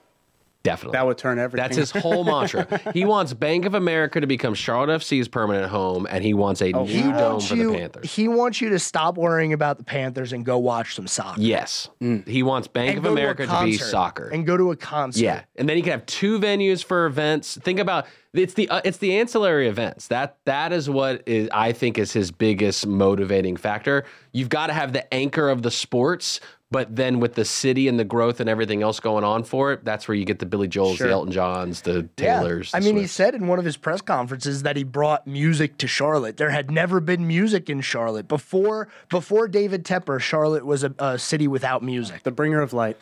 B: Definitely.
C: That would turn everything.
B: That's his whole mantra. He wants Bank of America to become Charlotte FC's permanent home, and he wants a new
J: He
B: dome
J: wants
B: for
J: Oh, you.
B: the Panthers.
J: He wants you to stop worrying about the Panthers and go watch some soccer.
B: Yes. He wants Bank
J: Mm. And
B: of
J: go to a
B: America to, be
J: concert.
B: soccer.
J: and go to a concert.
B: yeah. And then he can have two venues for events. Think about it's the uh, it's the ancillary events. That that is what is I think is his biggest motivating factor. You've got to have the anchor of the sports, but then with the city and the growth and everything else going on for it, that's where you get the Billy Joels,
J: Sure.
B: the Elton Johns, the
J: Yeah.
B: Taylors.
J: I
B: the
J: mean, he
B: Swifts.
J: said in one of his press conferences that he brought music to Charlotte. There had never been music in Charlotte before. Before David Tepper, Charlotte was a, a city without music.
C: the bringer of light.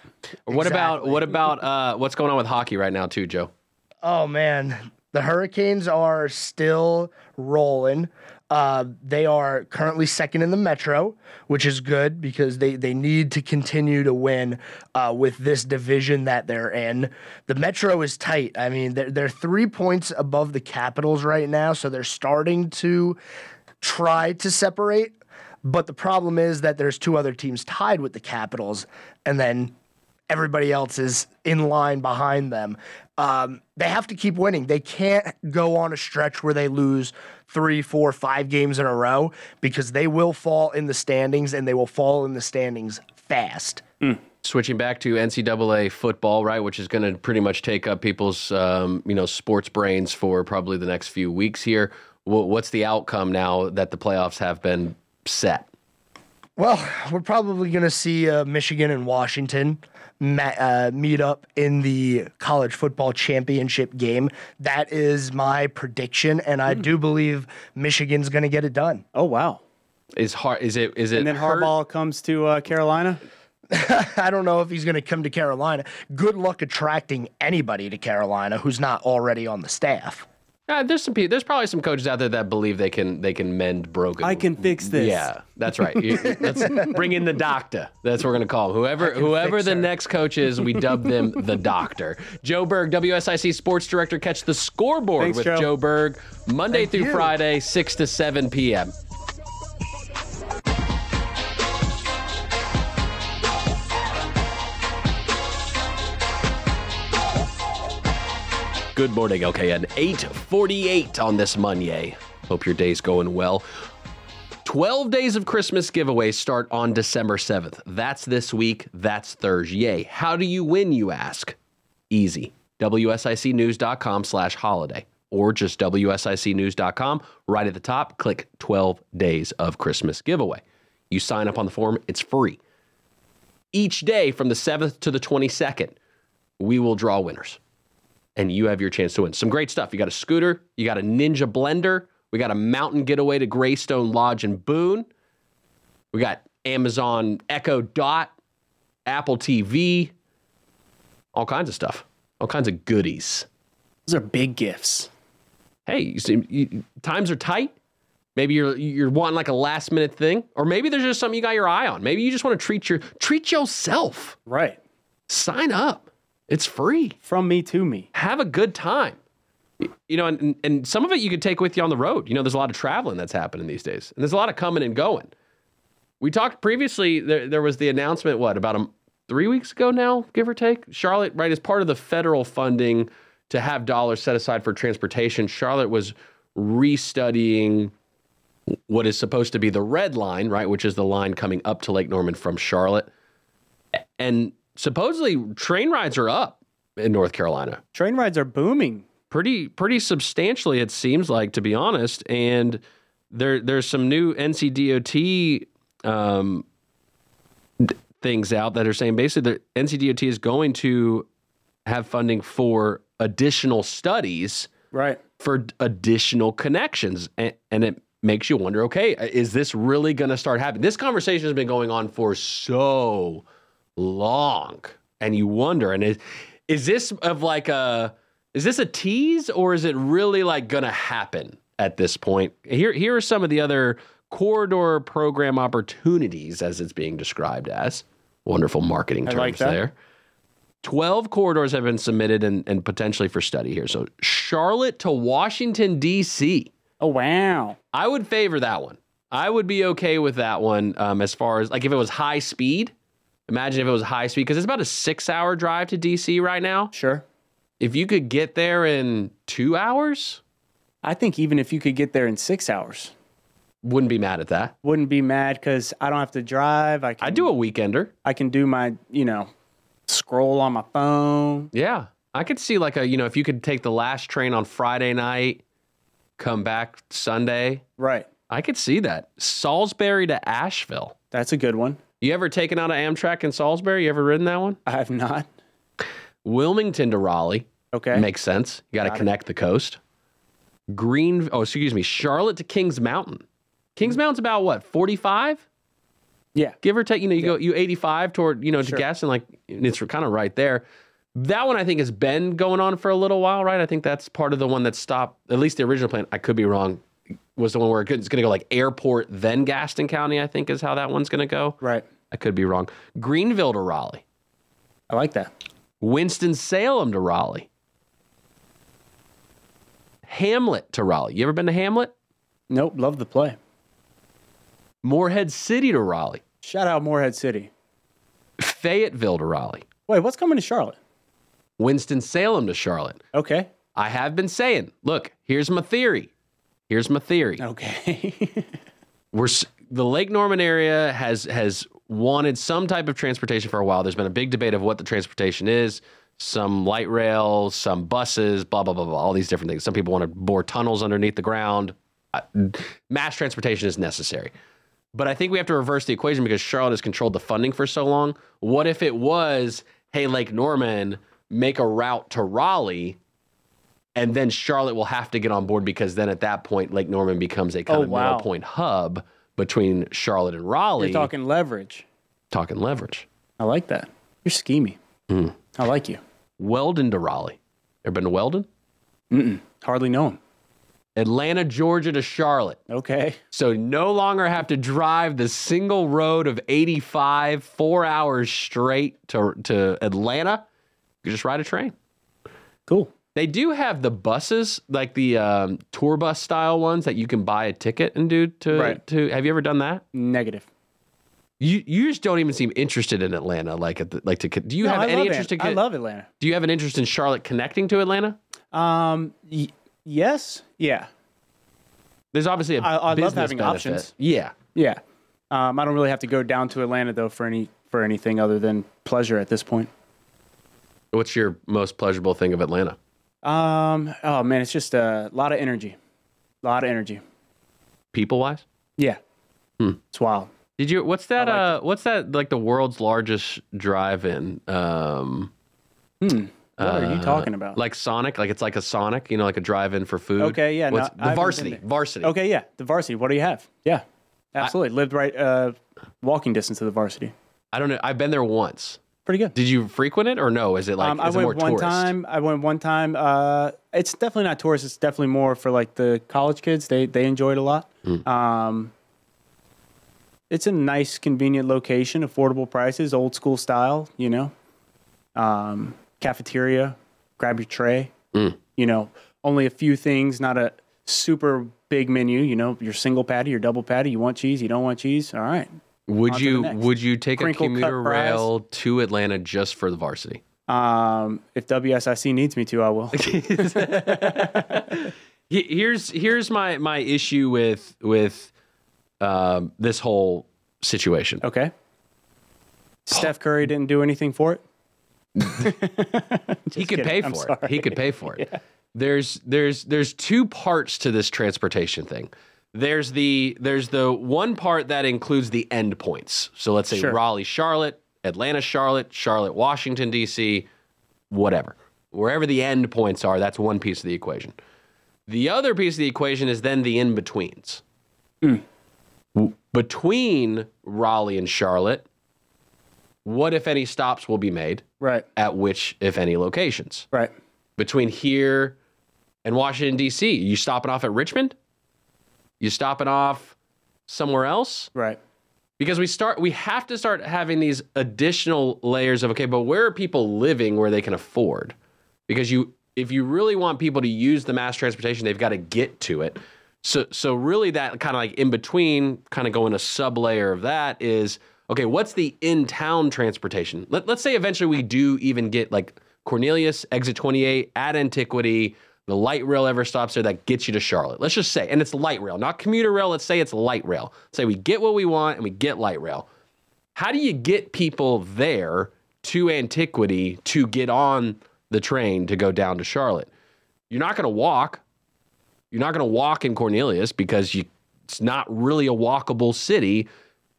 B: What about what about uh, what's going on with hockey right now too, Joe?
J: Oh man, the Hurricanes are still rolling. Uh, they are currently second in the Metro, which is good because they they need to continue to win uh, with this division that they're in. The Metro is tight. I mean, they're, they're three points above the Capitals right now, so they're starting to try to separate. But the problem is that there's two other teams tied with the Capitals, and then everybody else is in line behind them. Um, they have to keep winning. They can't go on a stretch where they lose three, four, five games in a row because they will fall in the standings and they will fall in the standings fast.
B: switching back to NCAA football, right, which is going to pretty much take up people's um, you know sports brains for probably the next few weeks here. Wha- What's the outcome now that the playoffs have been set?
J: Well, we're probably going to see uh, Michigan and Washington ma- uh, meet up in the college football championship game. That is my prediction, and I do believe Michigan's going to get it done.
C: Oh wow!
B: Is hard? Is it? Is it?
C: And then
B: hurt?
C: Harbaugh comes to uh, Carolina.
J: I don't know if he's going to come to Carolina. Good luck attracting anybody to Carolina who's not already on the staff.
B: Uh, there's some. pe- There's probably some coaches out there that believe they can they can mend broken.
C: I can fix this.
B: Yeah, that's right. You- Let's bring in the doctor. That's what we're gonna call him. Whoever whoever the next coach is, we dub them the doctor. Joe Berg, WSIC sports director, catch the scoreboard
C: Thanks,
B: with
C: Joe.
B: Joe. Berg Monday through Friday, six to seven p.m. Good morning, OKN. 848 on this Monday. Hope your day's going well. 12 days of Christmas giveaways start on December 7th. That's this week. That's Thursday. Yay. How do you win, you ask? Easy. WSICnews.com slash holiday or just WSICnews.com. Right at the top, click 12 days of Christmas giveaway. You sign up on the form, it's free. Each day from the 7th to the 22nd, we will draw winners and you have your chance to win. Some great stuff. You got a scooter, you got a ninja blender, we got a mountain getaway to Greystone Lodge in Boone. We got Amazon Echo Dot, Apple TV, all kinds of stuff, all kinds of goodies.
C: Those are big gifts.
B: Hey, you see, you, times are tight. Maybe you're you're wanting like a last minute thing, or maybe there's just something you got your eye on. Maybe you just want to treat your treat yourself.
C: Right.
B: Sign up. It's free.
C: From me to me.
B: have a good time. Y- You know, and, and some of it you could take with you on the road. You know, there's a lot of traveling that's happening these days, and there's a lot of coming and going. We talked previously, there, there was the announcement, what, about um three weeks ago now, give or take? Charlotte, right, as part of the federal funding to have dollars set aside for transportation, Charlotte was restudying what is supposed to be the red line, right, which is the line coming up to Lake Norman from Charlotte. A- And supposedly train rides are up in North Carolina
C: Train rides are booming.
B: pretty pretty substantially it seems like to be honest and there there's some new NCDOT um, d- things out that are saying basically that NCDOT is going to have funding for additional studies
C: Right.
B: for d- additional connections and, and it makes you wonder okay uh, is this really going to start happening this conversation has been going on for so long and you wonder and is, is this of like a is this a tease or is it really like going to happen at this point here here are some of the other corridor program opportunities as it's being described as wonderful marketing
C: I
B: terms
C: like that.
B: there 12 corridors have been submitted and, and potentially for study here. So Charlotte to Washington, D.C.
C: Oh wow.
B: I would favor that one. I would be okay with that one um, as far as like if it was high speed. Imagine if it was high speed because it's about a six hour drive to D.C. right now.
C: Sure.
B: If you could get there in two hours,
C: I think even if you could get there in six hours,
B: wouldn't be mad at that.
C: Wouldn't be mad because I don't have to drive. I can I
B: do a weekender.
C: I can do my you know scroll on my phone.
B: Yeah. I could see like a, you know, if you could take the last train on Friday night, come back Sunday.
C: Right.
B: I could see that. Salisbury to Asheville.
C: That's a good one.
B: You ever taken out an Amtrak in Salisbury? You ever ridden that one?
C: I have not.
B: Wilmington to Raleigh.
C: Okay.
B: Makes sense. You got to
C: Got it.
B: connect the coast. Green, oh, excuse me, Charlotte to Kings Mountain. Kings
C: Hmm.
B: Mountain's about what, 45?
C: Yeah.
B: Give or take, you know, you go, you 85 toward, you know, to Gaston, like, and it's kind of right there. That one I think has been going on for a little while, right? I think that's part of the one that stopped, at least the original plan. I could be wrong, was the one where it could- it's going to go like airport, then Gaston County, I think is how that one's going to go.
C: Right.
B: I could be wrong. Greenville to Raleigh.
C: I like that.
B: Winston-Salem to Raleigh. Hamlet to Raleigh. You ever been to Hamlet?
C: Nope. Love the play.
B: Moorhead City to Raleigh.
C: Shout out Moorhead City.
B: Fayetteville to Raleigh.
C: Wait, what's coming to Charlotte?
B: Winston-Salem to Charlotte.
C: Okay.
B: I have been saying, look, here's my theory. Here's my theory.
C: Okay.
B: we're s- the Lake Norman area has has wanted some type of transportation for a while. There's been a big debate of what the transportation is. Some light rail, some buses, blah blah blah blah. All these different things. Some people want to bore tunnels underneath the ground. Uh, mass transportation is necessary, but I think we have to reverse the equation because Charlotte has controlled the funding for so long. What if it was, hey, Lake Norman, make a route to Raleigh? And then Charlotte will have to get on board because then at that point, Lake Norman becomes a kind
C: Oh,
B: of
C: wow.
B: middle point point hub between Charlotte and Raleigh.
C: You're talking leverage.
B: talking leverage.
C: I like that. You're scheming.
B: Hmm.
C: I like you.
B: Weldon to Raleigh. Ever been to Weldon?
C: Mm-mm. Hardly know him.
B: Atlanta, Georgia to Charlotte.
C: Okay.
B: So no longer have to drive the single road of 85 four hours straight to, to Atlanta. You just ride a train.
C: Cool.
B: They do have the buses, like the um, tour bus style ones that you can buy a ticket and do to,
C: Right.
B: to. Have you ever done that?
C: Negative.
B: You you just don't even seem interested in Atlanta. Like at the, like to do you
C: No,
B: have
C: I
B: any
C: love
B: interest?
C: Atlanta.
B: in-
C: I love Atlanta.
B: Do you have an interest in Charlotte connecting to Atlanta?
C: Um. Y- yes. Yeah.
B: There's obviously a
C: I- I love
B: business
C: having
B: benefit.
C: options.
B: Yeah,
C: Yeah. Um. I don't really have to go down to Atlanta though for any for anything other than pleasure at this point.
B: What's your most pleasurable thing of Atlanta?
C: Um. Oh man, it's just a lot of energy. A lot of energy.
B: People wise?
C: Yeah.
B: Hmm.
C: It's wild.
B: Did you what's that uh what's that like the world's largest drive in? Um
C: What are
B: Uh,
C: you talking about?
B: like Sonic, like it's like a Sonic, you know, like a drive in for food.
C: Okay, yeah, no,
B: What's-
C: I
B: the
C: haven't been
B: varsity.
C: there.
B: Varsity.
C: Okay, yeah, the varsity. What do you have? Yeah, absolutely. Lived right, uh, walking distance to the varsity.
B: I don't know. I've been there once.
C: Pretty good.
B: Did you frequent it or no? Is it like
C: um,
B: is
C: I
B: it
C: went
B: more
C: one
B: tourist?
C: time. I went one time. Uh, it's definitely not tourist. It's definitely more for like the college kids. They they enjoy it a lot.
B: Hmm.
C: Um, it's a nice, convenient location, affordable prices, old school style. You know, um, cafeteria. Grab your tray.
B: Hmm.
C: You know, only a few things, not a super big menu. You know, your single patty, your double patty. You want cheese? You don't want cheese? All right.
B: Would
C: On to
B: you
C: the next.
B: would you take a
C: Crinkle cut
B: commuter
C: fries.
B: rail to Atlanta just for the varsity?
C: Um, if WSIC needs me to, I will.
B: He- here's here's my my issue with with um, this whole situation.
C: Okay. Steph Curry didn't do anything for it.
B: he could
C: kidding.
B: pay
C: I'm
B: for it.
C: sorry.
B: He could pay for it. There's there's there's two parts to this transportation thing. There's the there's the one part that includes the endpoints. So let's say
C: Sure.
B: Raleigh, Charlotte, Atlanta, Charlotte, Charlotte, Washington D.C., whatever. Wherever the endpoints are, that's one piece of the equation. The other piece of the equation is then the in betweens.
C: Hmm.
B: Between Raleigh and Charlotte, what if any stops will be made?
C: Right.
B: at which, if any, locations
C: Right.
B: between here and Washington D.C. You stopping off at Richmond? You stopping off somewhere else?
C: Right.
B: Because we start, we have to start having these additional layers of okay, but where are people living where they can afford? Because you, if you really want people to use the mass transportation, they've got to get to it. So, so really, that kind of like in between, kind of going a sub layer of that is okay. What's the in town transportation? Let, let's say eventually we do even get like Cornelius, exit 28, at Antiquity, the light rail ever stops there that gets you to Charlotte. Let's just say, and it's light rail, not commuter rail. Let's say it's light rail. Let's say we get what we want and we get light rail. How do you get people there to Antiquity to get on the train to go down to Charlotte? You're not going to walk. You're not going to walk in Cornelius because you, it's not really a walkable city.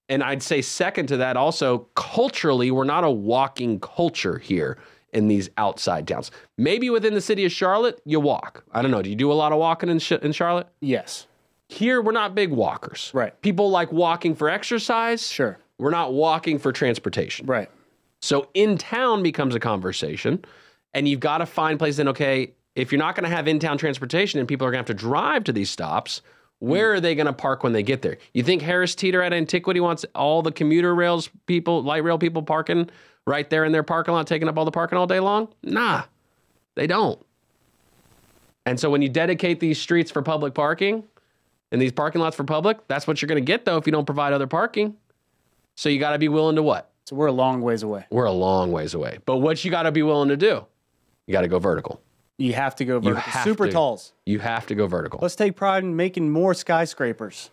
B: And I'd say, second to that, also culturally, we're not a walking culture here in these outside towns. Maybe within the city of Charlotte, you walk. I don't know. Do you do a lot of walking in, Sh- in Charlotte?
C: Yes.
B: Here, we're not big walkers.
C: Right.
B: People like walking for exercise.
C: Sure.
B: We're not walking for transportation.
C: Right.
B: So in town becomes a conversation, and you've got to find places. Then okay, if you're not going to have in town transportation, and people are going to have to drive to these stops, where are they going to park when they get there? You think Harris Teeter at Antiquity wants all the commuter rails people, light rail people parking right there in their parking lot, taking up all the parking all day long? Nah, they don't. And so when you dedicate these streets for public parking and these parking lots for public, that's what you're going to get though if you don't provide other parking. So you got to be willing to what?
C: So we're a long ways away.
B: We're a long ways away. But what you got to be willing to do, you got to go vertical.
C: You have to go
B: You
C: vertical.
B: have
C: Super
B: to-
C: talls.
B: You have to go vertical.
C: Let's take pride in making more skyscrapers.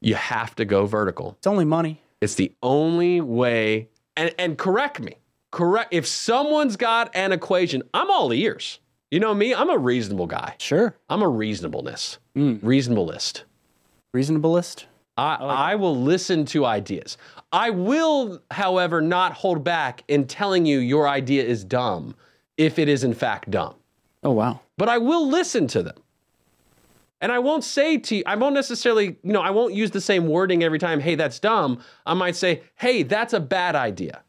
B: You have to go vertical.
C: It's only money.
B: It's the only way. And and correct me. Correct. If someone's got an equation, I'm all ears. You know me. I'm a reasonable guy.
C: Sure.
B: I'm a reasonableness. Reasonableist.
C: Reasonableist.
B: I, I will listen to ideas. I will, however, not hold back in telling you your idea is dumb if it is in fact dumb.
C: Oh wow.
B: but I will listen to them. And I won't say to you, I won't necessarily, you know, I won't use the same wording every time, hey, that's dumb. I might say, hey, that's a bad idea.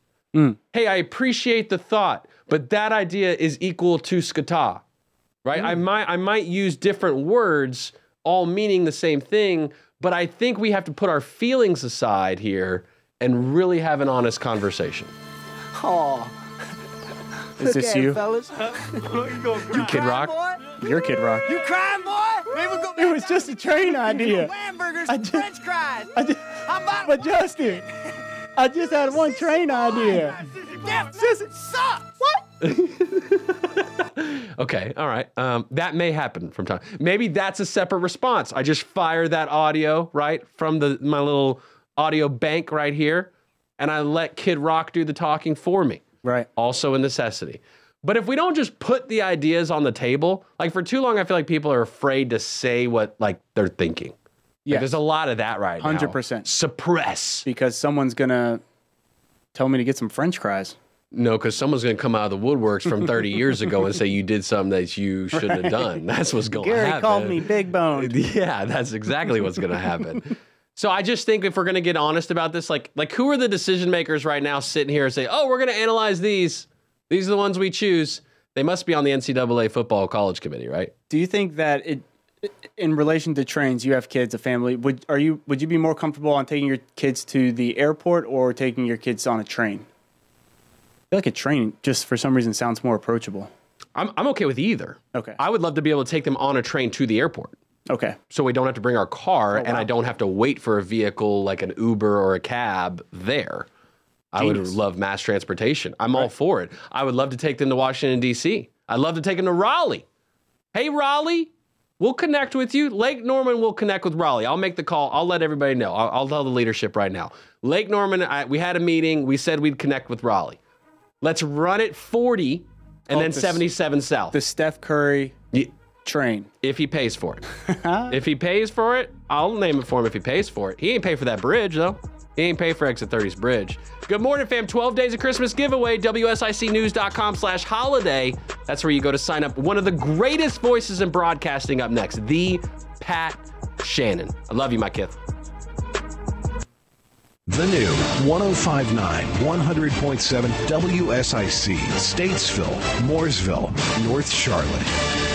B: Hey, I appreciate the thought, but that idea is equal to skata. Right? I might I might use different words, all meaning the same thing, but I think we have to put our feelings aside here and really have an honest conversation.
I: Oh,
C: Is this you?
I: fellas.
B: You Kid Rock,
C: Your kid rock.
I: You crying, boy? Maybe we'll go
C: It was just a train idea.
I: hamburgers
C: I
I: and
C: ju-
I: french fries.
C: I just,
I: How about
C: but Justin, I just had one train idea.
I: That doesn't suck. What?
B: Okay, all right. Um, that may happen from time. Maybe that's a separate response. I just fire that audio right from the my little audio bank right here, and I let Kid Rock do the talking for me.
C: Right.
B: Also a necessity. But if we don't just put the ideas on the table, like for too long, I feel like people are afraid to say what like they're thinking. Yeah,
C: Yes.
B: there's a lot of that right now.
C: 100%.
B: Suppress.
C: Because someone's gonna tell me to get some French fries.
B: No, because someone's going to come out of the woodworks from 30 years ago and say you did something that you shouldn't have done. That's what's going to happen.
C: Gary called me big boned.
B: Yeah, that's exactly what's going to happen. so I just think if we're going to get honest about this, like like who are the decision makers right now sitting here and say, oh, we're going to analyze these. These are the ones we choose. They must be on the NCAA football college committee, right?
C: Do you think that it, in relation to trains, you have kids, a family? Would are you would you be more comfortable on taking your kids to the airport or taking your kids on a train? I feel like a train just for some reason sounds more approachable.
B: I'm I'm okay with either.
C: Okay.
B: I would love to be able to take them on a train to the airport.
C: Okay.
B: So we don't have to bring our car and I don't have to wait for a vehicle like an Uber or a cab there. I would love mass transportation. I'm all for it. I would love to take them to Washington, D.C. I'd love to take them to Raleigh. Hey, Raleigh, we'll connect with you. Lake Norman will connect with Raleigh. I'll make the call. I'll let everybody know. I'll, I'll tell the leadership right now. Lake Norman, I, we had a meeting. We said we'd connect with Raleigh. Let's run it 40 and then
C: this-
B: 77 South
C: The Steph Curry
B: Ye-
C: train.
B: if he pays for it. if he pays for it, I'll name it for him if he pays for it. He ain't pay for that bridge, though. He ain't pay for Exit 30's bridge. Good morning, fam. 12 days of Christmas giveaway, WSICnews.com slash holiday. That's where you go to sign up. One of the greatest voices in broadcasting up next, the Pat Shannon. I love you, my kid.
F: The new 1059, 100.7 WSIC, Statesville, Mooresville, North Charlotte.